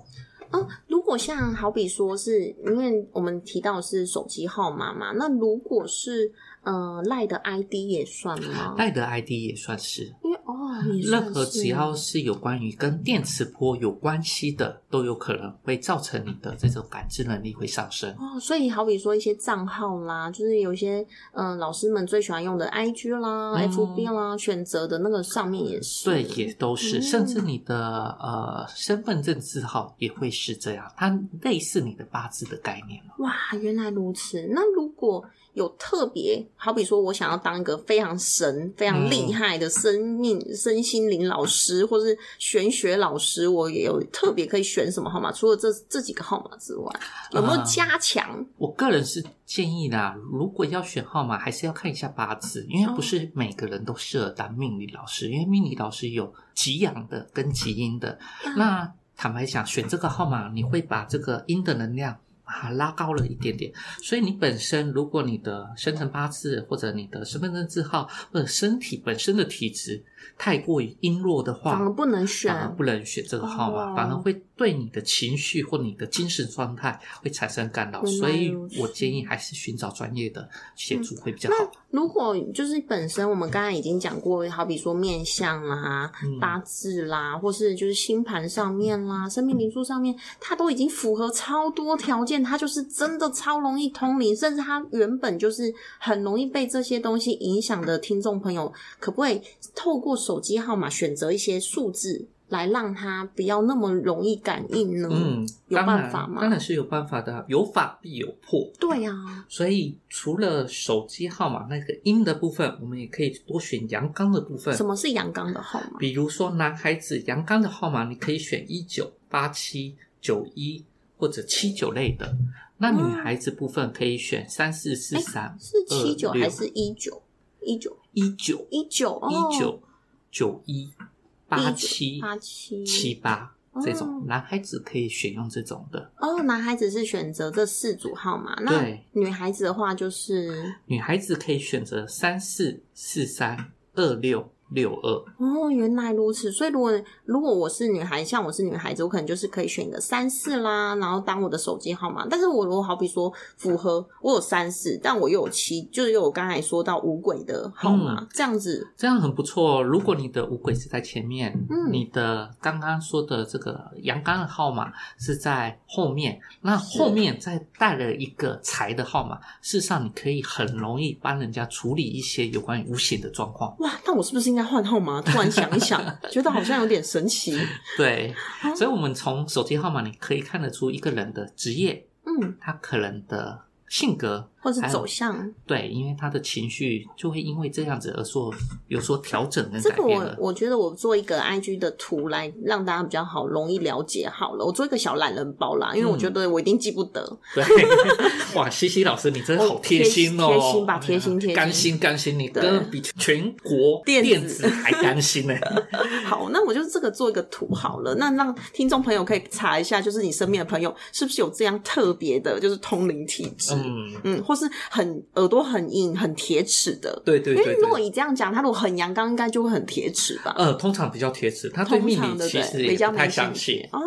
Speaker 1: 哦。
Speaker 2: 哦，如果像好比说是因为我们提到的是手机号码嘛，那如果是呃赖的 ID 也算吗？
Speaker 1: 赖的 ID 也算是，
Speaker 2: 因为哦，嗯也算
Speaker 1: 任何只要是有关于跟电磁波有关系的，都有可能会造成你的这种感知能力会上升。
Speaker 2: 哦，所以好比说一些账号啦，就是有一些嗯、呃老师们最喜欢用的 IG 啦、
Speaker 1: 嗯
Speaker 2: FB 啦，选择的那个上面也是
Speaker 1: 对，也都是，
Speaker 2: 嗯
Speaker 1: 甚至你的呃身份证字号也会是这样，它类似你的八字的概念嘛。
Speaker 2: 哇，原来如此。那如果有特别，好比说我想要当一个非常神、非常厉害的生命、身心灵老师，或是玄学老师，我也有特别可以选什么号码？除了这这几个号码之外，有没有
Speaker 1: 啊
Speaker 2: 加强？
Speaker 1: 我个人是建议啦，如果要选号码，还是要看一下八字，因为不是每个人都适合当命理老师，因为命理老师有吉阳的跟吉阴的。那坦白讲，选这个号码，你会把这个阴的能量。把它拉高了一点点，所以你本身如果你的生辰八字或者你的身份证字号或者身体本身的体质太过于阴弱的话，
Speaker 2: 反而不能选
Speaker 1: 反而不能选这个号码，
Speaker 2: 啊哦
Speaker 1: 反而会对你的情绪或你的精神状态会产生干扰，
Speaker 2: 原来
Speaker 1: 所以
Speaker 2: 如此嗯
Speaker 1: 我建议还是寻找专业的协助会比较好。
Speaker 2: 如果就是本身我们刚才已经讲过，好比说面相啊啦、
Speaker 1: 嗯
Speaker 2: 八字啦，或是就是星盘上面啦、生命灵数上面，它都已经符合超多条件，它就是真的超容易通灵，甚至它原本就是很容易被这些东西影响的听众朋友，可不可以透过手机号码选择一些数字来让它不要那么容易感应呢？
Speaker 1: 嗯，
Speaker 2: 有
Speaker 1: 当
Speaker 2: 办
Speaker 1: 然
Speaker 2: 法吗
Speaker 1: 当然是有办法的，啊有法必有破。
Speaker 2: 对啊，
Speaker 1: 所以除了手机号码那个阴的部分，我们也可以多选阳刚的部分。
Speaker 2: 什么是阳刚的号码？
Speaker 1: 比如说男孩子阳刚的号码，你可以选一九八七九一或者七九类的。那女
Speaker 2: 哦
Speaker 1: 孩子部分可以选三四四三
Speaker 2: 是七九
Speaker 1: 二呃六
Speaker 2: 还是一九？一九
Speaker 1: 一九
Speaker 2: 一九
Speaker 1: 一九九一八七
Speaker 2: 八七
Speaker 1: 七八这
Speaker 2: 哦
Speaker 1: 种，男孩子可以选用这种的。
Speaker 2: 哦，男孩子是选择这四组号码，那
Speaker 1: 对
Speaker 2: 女孩子的话就是
Speaker 1: 女孩子可以选择三四四三二六六二，
Speaker 2: 哦，原来如此。所以如果如果我是女孩，像我是女孩子，我可能就是可以选一个三四啦，然后当我的手机号码。但是我如果好比说符合我有三四，但我又有七，就是有我刚才说到五鬼的号码，这样子
Speaker 1: 这样很不错哦。如果你的五鬼是在前面，
Speaker 2: 嗯
Speaker 1: 你的刚刚说的这个阳刚的号码是在后面，那后面再带了一个财的号码，事实上你可以很容易帮人家处理一些有关于无形的状况。
Speaker 2: 哇，那我是不是应该换号码？突然想一想，觉得好像有点神奇。
Speaker 1: 对，
Speaker 2: 哦
Speaker 1: 所以我们从手机号码你可以看得出一个人的职业，
Speaker 2: 嗯，
Speaker 1: 他可能的性格，
Speaker 2: 或是
Speaker 1: 还有
Speaker 2: 走向。
Speaker 1: 对，因为他的情绪就会因为这样子而做有所调整跟
Speaker 2: 这
Speaker 1: 改
Speaker 2: 个
Speaker 1: 变
Speaker 2: 我
Speaker 1: 了。
Speaker 2: 我觉得我做一个 IG 的图来让大家比较好容易了解好了，我做一个小懒人包啦，因为我
Speaker 1: 嗯
Speaker 2: 觉得我一定记不得。
Speaker 1: 对， 哇，西西老师你真的好贴心哦，
Speaker 2: 贴贴心吧贴心贴心
Speaker 1: 甘心甘心，你
Speaker 2: 对
Speaker 1: 根本比全国
Speaker 2: 电子
Speaker 1: 电子还甘心 呢。
Speaker 2: 好，那我就这个做一个图好了，那让听众朋友可以查一下，就是你身边的朋友是不是有这样特别的，就是通灵体质。嗯
Speaker 1: 嗯，
Speaker 2: 或是很耳朵很硬、很铁齿的，
Speaker 1: 对对
Speaker 2: 因为
Speaker 1: 对
Speaker 2: 如果
Speaker 1: 对。
Speaker 2: 你这样讲，他如果很阳刚，应该就会很铁齿吧？
Speaker 1: 呃，通常比较贴齿，他对命
Speaker 2: 通常
Speaker 1: 理
Speaker 2: 对不
Speaker 1: 其
Speaker 2: 对
Speaker 1: 实
Speaker 2: 比
Speaker 1: 也
Speaker 2: 较
Speaker 1: 不太
Speaker 2: 没兴
Speaker 1: 相信
Speaker 2: 哦。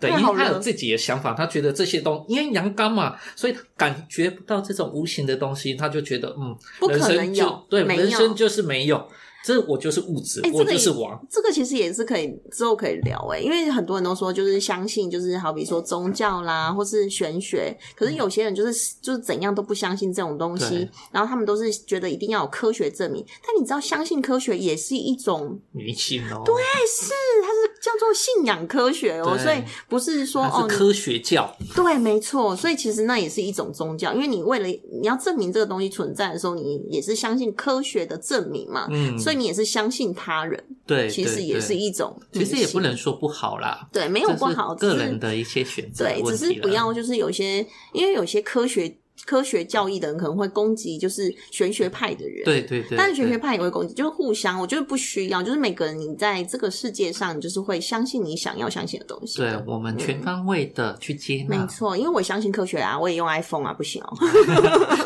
Speaker 1: 对，因
Speaker 2: 太好
Speaker 1: 为他
Speaker 2: 了
Speaker 1: 有自己的想法，他觉得这些东，因为阳刚嘛，所以他感觉不到这种无形的东西，他就觉得嗯，
Speaker 2: 不可能
Speaker 1: 人生就
Speaker 2: 有
Speaker 1: 对，
Speaker 2: 没有
Speaker 1: 人生就是没有，这我就是物质，
Speaker 2: 哎这个
Speaker 1: 我就是
Speaker 2: 也
Speaker 1: 王，
Speaker 2: 这个其实也是可以之后可以聊诶、因为很多人都说就是相信，就是好比说宗教啦，或是玄学，可是有些人就是就是怎样都不相信这种东西
Speaker 1: 对，
Speaker 2: 然后他们都是觉得一定要有科学证明。但你知道，相信科学也是一种，啊
Speaker 1: 迷信哦。
Speaker 2: 对，是它是叫做信仰科学哦，
Speaker 1: 对
Speaker 2: 所以不是说
Speaker 1: 它
Speaker 2: 哦
Speaker 1: 是
Speaker 2: 你
Speaker 1: 科学教，
Speaker 2: 对，没错。所以其实那也是一种宗教，因为你为了你要证明这个东西存在的时候，你也是相信科学的证明嘛，
Speaker 1: 嗯，
Speaker 2: 所以你也是相信他人，
Speaker 1: 对，
Speaker 2: 其
Speaker 1: 对
Speaker 2: 实也
Speaker 1: 对
Speaker 2: 是一种迷
Speaker 1: 其
Speaker 2: 信，
Speaker 1: 实也不能说不好啦，
Speaker 2: 对，没
Speaker 1: 没
Speaker 2: 有不好，
Speaker 1: 个
Speaker 2: 只是
Speaker 1: 人的一些选择
Speaker 2: 对，
Speaker 1: 问
Speaker 2: 只
Speaker 1: 题
Speaker 2: 是不
Speaker 1: 啦
Speaker 2: 要就是有些，因为有些科学科学教义的人可能会攻击，就是玄学派的人。
Speaker 1: 对对对，
Speaker 2: 但是玄
Speaker 1: 对
Speaker 2: 学派也会攻击，就是互相，我觉得不需要，就是每个人你在这个世界上，你就是会相信你想要相信的东西。
Speaker 1: 对，我们全方位的去接
Speaker 2: 没
Speaker 1: 纳，
Speaker 2: 错，因为我相信科学啊，我也用 iPhone 啊，不行 哦，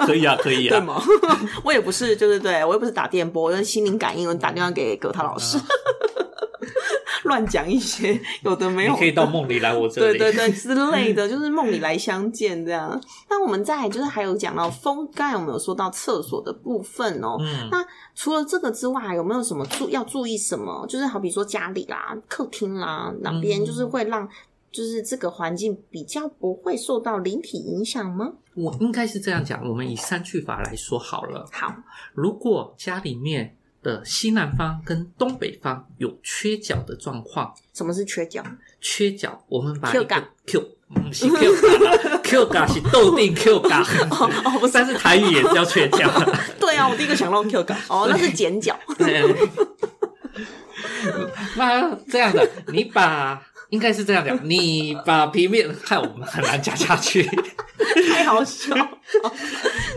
Speaker 1: 可以啊，可以
Speaker 2: 对
Speaker 1: 啊。
Speaker 2: 吗？ 我也不是，就是对我也不是打电波，我是心灵感应，我打电话给葛涛老师，
Speaker 1: 啊
Speaker 2: 乱讲一些有的没
Speaker 1: 你
Speaker 2: 有的，
Speaker 1: 可以到梦里来我这
Speaker 2: 对
Speaker 1: 里。
Speaker 2: 对对之类的，就是梦里来相见这样。那我们再来就是还有讲到风，刚才我们有说到厕所的部分哦。
Speaker 1: 嗯，
Speaker 2: 那除了这个之外，有没有什么注要注意什么？就是好比说家里啦、客厅啦哪边，
Speaker 1: 嗯
Speaker 2: 就是会让就是这个环境比较不会受到灵体影响吗？
Speaker 1: 我应该是这样讲，我们以三句法来说好了。
Speaker 2: 好，
Speaker 1: 如果家里面的西南方跟东北方有缺角的状况，
Speaker 2: 什么是缺 角？
Speaker 1: 缺角，我们把
Speaker 2: Q
Speaker 1: 一
Speaker 2: 角
Speaker 1: 个 Q，嗯，是 Q 嘎，Q 嘎是豆定 Q 嘎，
Speaker 2: 哦，不是，
Speaker 1: 但是台语也叫缺 角。
Speaker 2: 对啊，我第一个想到 Q 感。哦，那是 剪角。
Speaker 1: 对，那这样的，你把应该是这样讲，你把平面，害我们很难讲下去。
Speaker 2: 太好 笑了。哦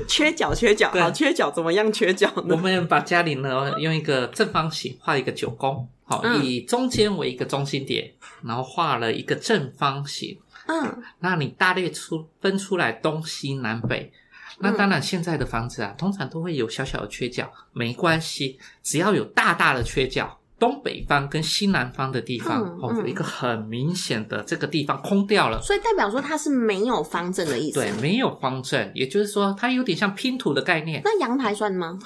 Speaker 2: 缺角，缺角，
Speaker 1: 对
Speaker 2: 好，缺角怎么样？缺角
Speaker 1: 我
Speaker 2: 呢？
Speaker 1: 们把家里呢用一个正方形画一个九宫，好，
Speaker 2: 嗯
Speaker 1: 以中间为一个中心点，然后画了一个正方形。
Speaker 2: 嗯，
Speaker 1: 那你大略出分出来东西南北。那
Speaker 2: 嗯
Speaker 1: 当然，现在的房子啊，通常都会有小小的缺角，没关系，只要有大大的缺角，东北方跟西南方的地方，
Speaker 2: 嗯
Speaker 1: 哦，
Speaker 2: 嗯
Speaker 1: 有一个很明显的这个地方空掉了。
Speaker 2: 所以代表说它是没有方正的意思。
Speaker 1: 对，没有方正，也就是说，它有点像拼图的概念。
Speaker 2: 那阳台算吗？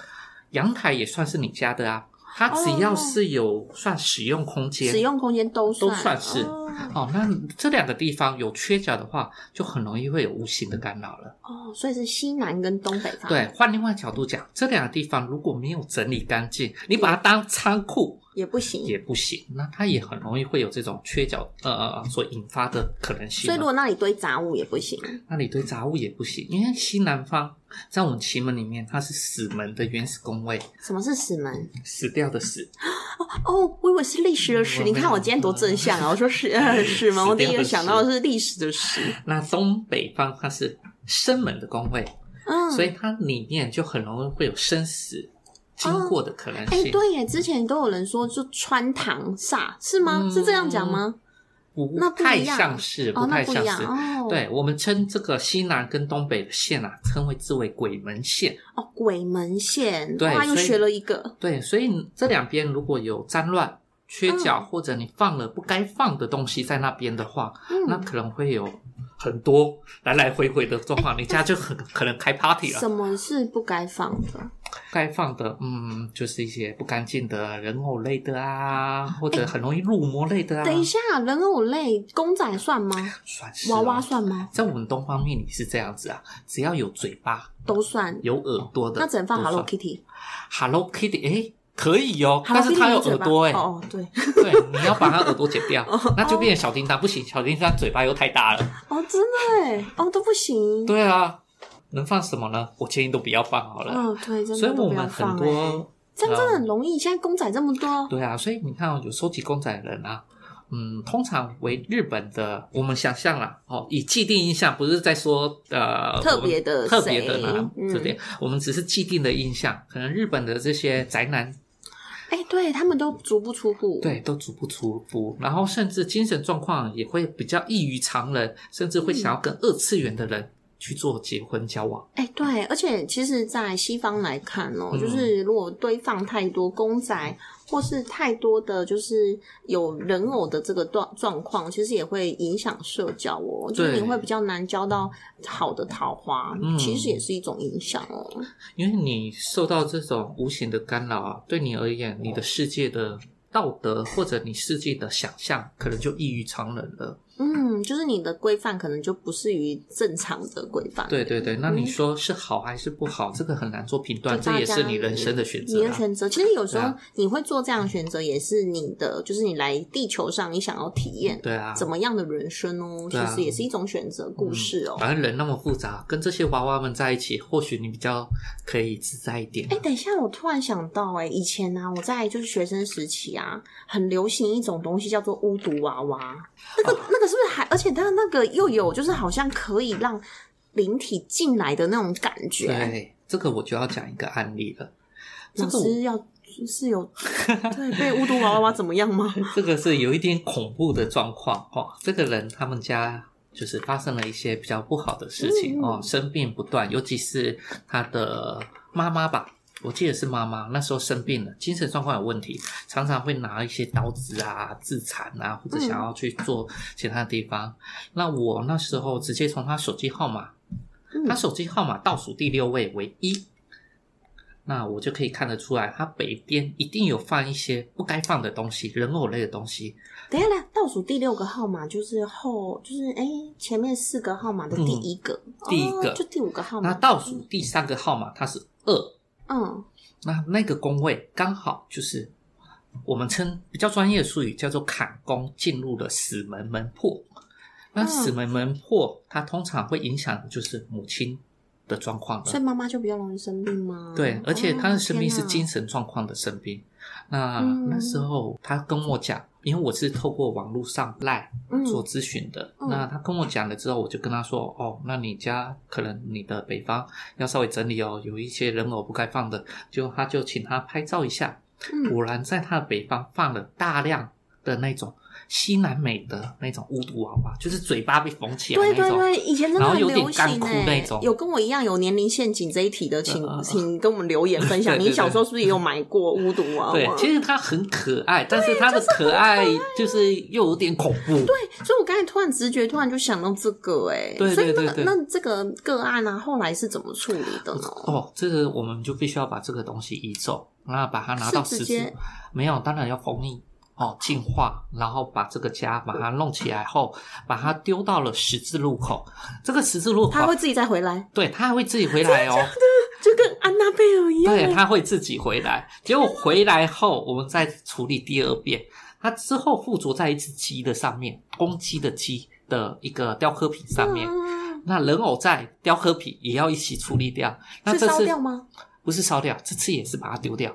Speaker 1: 阳台也算是你家的啊，它只要是有算使用空间，
Speaker 2: 使用空间都算
Speaker 1: 都算是
Speaker 2: 哦
Speaker 1: 哦，那这两个地方有缺角的话，就很容易会有无形的干扰了。
Speaker 2: 哦，所以是西南跟东北方，
Speaker 1: 对，换另外角度讲，这两个地方如果没有整理干净，你把它当仓库
Speaker 2: 也不行。
Speaker 1: 也不行，那它也很容易会有这种缺角呃所引发的可能性
Speaker 2: 所以
Speaker 1: 了。
Speaker 2: 如果那里堆杂物也不行。啊
Speaker 1: 那你堆杂物也不行，因为西南方在我们奇门里面，它是死门的原始宫位，
Speaker 2: 什么是石门？
Speaker 1: 死掉的死，
Speaker 2: 哦，我以为是历史的史。
Speaker 1: 嗯
Speaker 2: 你看我今天多正向啊！我说史呃史 门，我第一个
Speaker 1: 史
Speaker 2: 想到的是历史的史。
Speaker 1: 那东北方它是生门的宫位，
Speaker 2: 嗯，
Speaker 1: 所以它里面就很容易会有生死经过的可能
Speaker 2: 哎、
Speaker 1: 性。
Speaker 2: 对耶，之前都有人说就穿堂煞是吗？
Speaker 1: 嗯
Speaker 2: 是这样讲吗？
Speaker 1: 不
Speaker 2: 那不
Speaker 1: 太
Speaker 2: 一样
Speaker 1: 像是，
Speaker 2: 哦，那
Speaker 1: 太
Speaker 2: 不
Speaker 1: 像
Speaker 2: 一样
Speaker 1: 是。
Speaker 2: 哦。，
Speaker 1: 对我们称这个西南跟东北的线啊，称为之为鬼门线。
Speaker 2: 哦，鬼门线，
Speaker 1: 对
Speaker 2: 哇，又
Speaker 1: 所以
Speaker 2: 学了一个。
Speaker 1: 对，所以这两边如果有脏乱、缺
Speaker 2: 嗯
Speaker 1: 角，或者你放了不该放的东西在那边的话，那
Speaker 2: 嗯，
Speaker 1: 可能会有很多来来回回的状
Speaker 2: 哎
Speaker 1: 况，你家就很可能开 party 了。
Speaker 2: 什么是不该放的？
Speaker 1: 该放的，嗯，就是一些不干净的人偶类的啊，或者很容易入魔类的啊，
Speaker 2: 等一下，人偶类公仔算吗？
Speaker 1: 算是
Speaker 2: 娃
Speaker 1: 哦
Speaker 2: 娃算吗？
Speaker 1: 在我们东方命理是这样子啊，只要有嘴巴、
Speaker 2: 都算。
Speaker 1: 有耳朵的，
Speaker 2: 那只能放
Speaker 1: 都算
Speaker 2: Hello Kitty。
Speaker 1: Hello Kitty，哎、可以哦，
Speaker 2: Hello
Speaker 1: 但是
Speaker 2: Kitty
Speaker 1: 它有
Speaker 2: 嘴
Speaker 1: 耳
Speaker 2: 巴
Speaker 1: 朵哎、
Speaker 2: 哦哦，哦对，
Speaker 1: 对，你要把它耳朵剪 掉，那就变成小叮当，不行，小叮当嘴巴又太大了。
Speaker 2: 哦，真的哎，哦都不行。
Speaker 1: 对啊，能放什么呢？我建议都不要放好了。
Speaker 2: 哦，对，真
Speaker 1: 所
Speaker 2: 的
Speaker 1: 以
Speaker 2: 都
Speaker 1: 我
Speaker 2: 不要
Speaker 1: 们很
Speaker 2: 放哎。
Speaker 1: 多
Speaker 2: 这样真的很容易，现在公仔这么多，
Speaker 1: 对啊，所以你看、哦，有收集公仔的人啊，嗯，通常为日本的，我们想象啦，哦，以既定印象，不是在说呃
Speaker 2: 特别的
Speaker 1: 我们特别的呢，
Speaker 2: 谁嗯
Speaker 1: 这边、我们只是既定的印象，可能日本的这些宅男
Speaker 2: 哎，对他们都足不出户。，
Speaker 1: 对，都足不出户，然后甚至精神状况也会比较异于常人，甚至会
Speaker 2: 嗯
Speaker 1: 想要跟二次元的人去做结婚交往。
Speaker 2: 哎，对，而且其实，在西方来看哦，
Speaker 1: 嗯
Speaker 2: 就是如果堆放太多公仔，或是太多的就是有人偶的这个状状况，其实也会影响社交哦，就是
Speaker 1: 对
Speaker 2: 你会比较难交到好的桃花，
Speaker 1: 嗯
Speaker 2: 其实也是一种影响哦。
Speaker 1: 因为你受到这种无形的干扰啊，对你而言，你的世界的道德或者你世界的想象，可能就异于常人了。
Speaker 2: 嗯，就是你的规范可能就不是于正常的规范。
Speaker 1: 对对对，那你说是好还是不好，这个很难做评断，
Speaker 2: 嗯对
Speaker 1: 这
Speaker 2: 大家
Speaker 1: 也是你人生的选
Speaker 2: 你
Speaker 1: 择
Speaker 2: 的
Speaker 1: 啊。
Speaker 2: 选择，其实有时
Speaker 1: 对
Speaker 2: 候
Speaker 1: 啊
Speaker 2: 你会做这样的选择，也是你的，就是你来地球上，你想要体验
Speaker 1: 对啊，
Speaker 2: 怎么样的人生哦，其
Speaker 1: 对啊嗯
Speaker 2: 实也是一种选择故事哦。
Speaker 1: 反正人那么复杂，跟这些娃娃们在一起，或许你比较可以自在一点啊。
Speaker 2: 哎、等一下，我突然想到、哎，以前呢、啊，我在就是学生时期啊，很流行一种东西叫做巫毒娃娃，那
Speaker 1: 哦
Speaker 2: 个、那个是不是还？而且它那个又有就是好像可以让灵体进来的那种感觉。
Speaker 1: 对，这个我就要讲一个案例了。这
Speaker 2: 老
Speaker 1: 个我
Speaker 2: 师要是有对被巫毒娃娃怎么样 吗？
Speaker 1: 这个是有一点恐怖的状况哦。这个人他们家就是发生了一些比较不好的事情、
Speaker 2: 嗯
Speaker 1: 哦，生病不断，尤其是他的妈妈吧。我记得是妈妈那时候生病了，精神状况有问题，常常会拿一些刀子啊、自残啊，或者想要去做其他地方。那我那时候直接从他手机号码
Speaker 2: 嗯
Speaker 1: 他手机号码倒数第六位为一，那我就可以看得出来，他北边一定有放一些不该放的东西，人偶类的东西。
Speaker 2: 等一下，倒数第六个号码就是后，就是哎、前面四个号码的第一个，
Speaker 1: 嗯第一个
Speaker 2: 哦就第五个号码。
Speaker 1: 那倒数第三个号码它是二，
Speaker 2: 嗯，
Speaker 1: 那那个宫位刚好就是我们称比较专业的术语叫做坎宫进入了死门门破。那
Speaker 2: 嗯
Speaker 1: 死门门破，它通常会影响就是母亲的状况了。
Speaker 2: 所以妈妈就比较容易生病吗？
Speaker 1: 对，而且他的生病是
Speaker 2: 哦
Speaker 1: 精神状况的生病。那
Speaker 2: 嗯
Speaker 1: 那时候他跟我讲，因为我是透过网络上赖
Speaker 2: 天哪
Speaker 1: 做
Speaker 2: 嗯
Speaker 1: 咨询的，
Speaker 2: 嗯
Speaker 1: 那他跟我讲了之后，我就跟他说，哦，那你家可能你的北方要稍微整理哦，有一些人偶不该放的，就他就请他拍照一下，
Speaker 2: 嗯
Speaker 1: 果然在他的北方放了大量的那种西南美的那种巫毒娃娃，就是嘴巴被缝起来
Speaker 2: 对
Speaker 1: 那种。
Speaker 2: 对对，以前真的
Speaker 1: 然后
Speaker 2: 很
Speaker 1: 有点
Speaker 2: 流
Speaker 1: 干
Speaker 2: 行
Speaker 1: 枯
Speaker 2: 哎、
Speaker 1: 那种
Speaker 2: 有跟我一样有年龄陷阱这一题的，请、
Speaker 1: 呃呃
Speaker 2: 请跟我们留言分 享。
Speaker 1: 对对对
Speaker 2: 你小时候是不是也有买过巫毒啊娃娃？
Speaker 1: 对，其实它很可爱，但是它的可爱就是又有点恐怖。对，
Speaker 2: 所以我刚才突然直觉，突然就想到这个哎、
Speaker 1: 对对
Speaker 2: 所以那
Speaker 1: 对对
Speaker 2: 个那这个个案啊，后来是怎么处理的呢？
Speaker 1: 哦，这个我们就必须要把这个东西移走，那把它拿到
Speaker 2: 是直
Speaker 1: 十字
Speaker 2: 接，
Speaker 1: 没有，当然要封印哦，净化，然后把这个家把它弄起来后，把它丢到了十字路口。这个十字路
Speaker 2: 他
Speaker 1: 口
Speaker 2: 会，自己再回来，
Speaker 1: 对，它还会自己回 来哦，
Speaker 2: 就跟安娜贝尔一样、啊
Speaker 1: 对，它会自己回来。结果回来后，我们再处理第二遍。它之后附着在一只鸡的上面，公鸡的鸡的一个雕刻品上面。
Speaker 2: 嗯
Speaker 1: 那人偶在雕刻品也要一起处理掉。那
Speaker 2: 是
Speaker 1: 这
Speaker 2: 烧
Speaker 1: 次
Speaker 2: 掉吗？
Speaker 1: 不是烧掉，这次也是把它丢掉。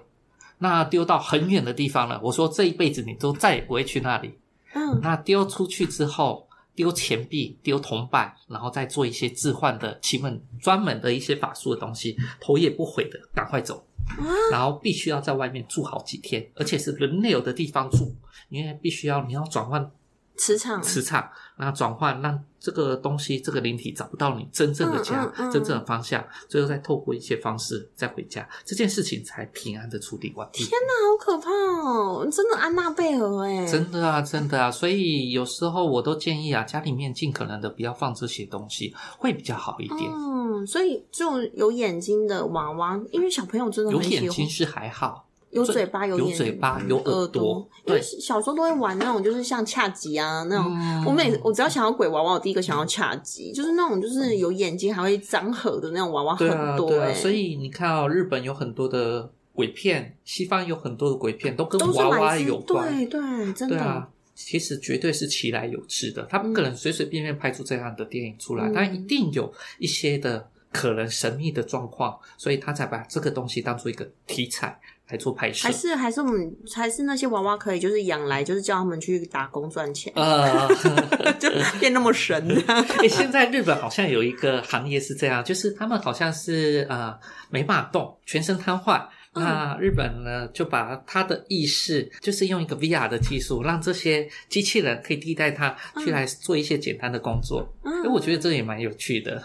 Speaker 1: 那丢到很远的地方了。我说这一辈子你都再也不会去那里。
Speaker 2: 嗯，
Speaker 1: 那丢出去之后，丢钱币、丢铜板，然后再做一些置换的奇门专门的一些法术的东西，头也不回的赶快走。然后必须要在外面住好几天，而且是人流的地方住，因为必须要你要转换
Speaker 2: 磁场，
Speaker 1: 磁场，那转换让这个东西这个灵体找不到你真正的家、
Speaker 2: 嗯嗯嗯
Speaker 1: 真正的方向，最后再透过一些方式再回家，这件事情才平安的处理完毕。
Speaker 2: 那好可怕哦！真的安娜贝尔哎，
Speaker 1: 真的啊，真的啊，所以有时候我都建议啊，家里面尽可能的不要放这些东西，会比较好一点。
Speaker 2: 嗯，所以这种有眼睛的娃娃，因为小朋友真的
Speaker 1: 有
Speaker 2: 很喜欢
Speaker 1: 眼睛是还好，
Speaker 2: 有嘴巴、有
Speaker 1: 有
Speaker 2: 眼、嗯
Speaker 1: 嘴巴有耳
Speaker 2: 耳
Speaker 1: 朵
Speaker 2: 因为
Speaker 1: 对
Speaker 2: 小时候都会玩那种，就是像恰吉啊那种。
Speaker 1: 嗯
Speaker 2: 我每我只要想要鬼娃娃，我第一个想要恰吉，就是那种就是有眼睛还会张合的那种娃娃
Speaker 1: 嗯
Speaker 2: 很
Speaker 1: 对啊，
Speaker 2: 多
Speaker 1: 对
Speaker 2: 哎、
Speaker 1: 啊，所以你看哦，日本有很多的鬼片，西方有很多的鬼片都跟
Speaker 2: 都是
Speaker 1: 娃娃
Speaker 2: 来自
Speaker 1: 有关，
Speaker 2: 对对，真
Speaker 1: 对
Speaker 2: 的、
Speaker 1: 啊，其实绝对是其来有之的，他不可能随随便便拍出这样的电影出来，
Speaker 2: 嗯
Speaker 1: 但一定有一些的可能神秘的状况，所以他才把这个东西当做一个题材来做拍摄
Speaker 2: 还。是还是我们还是那些娃娃可以就是养来，就是叫他们去打工赚钱，
Speaker 1: 呃，
Speaker 2: 就变那么神这样。
Speaker 1: 诶现在日本好像有一个行业是这样，就是他们好像是呃没办法动，全身瘫痪。
Speaker 2: 嗯
Speaker 1: 那日本呢，就把他的意识，就是用一个 VR 的技术，让这些 机器人可以替代他去来做一些简单的工作。哎、
Speaker 2: 嗯，
Speaker 1: 我觉得这也蛮有趣的。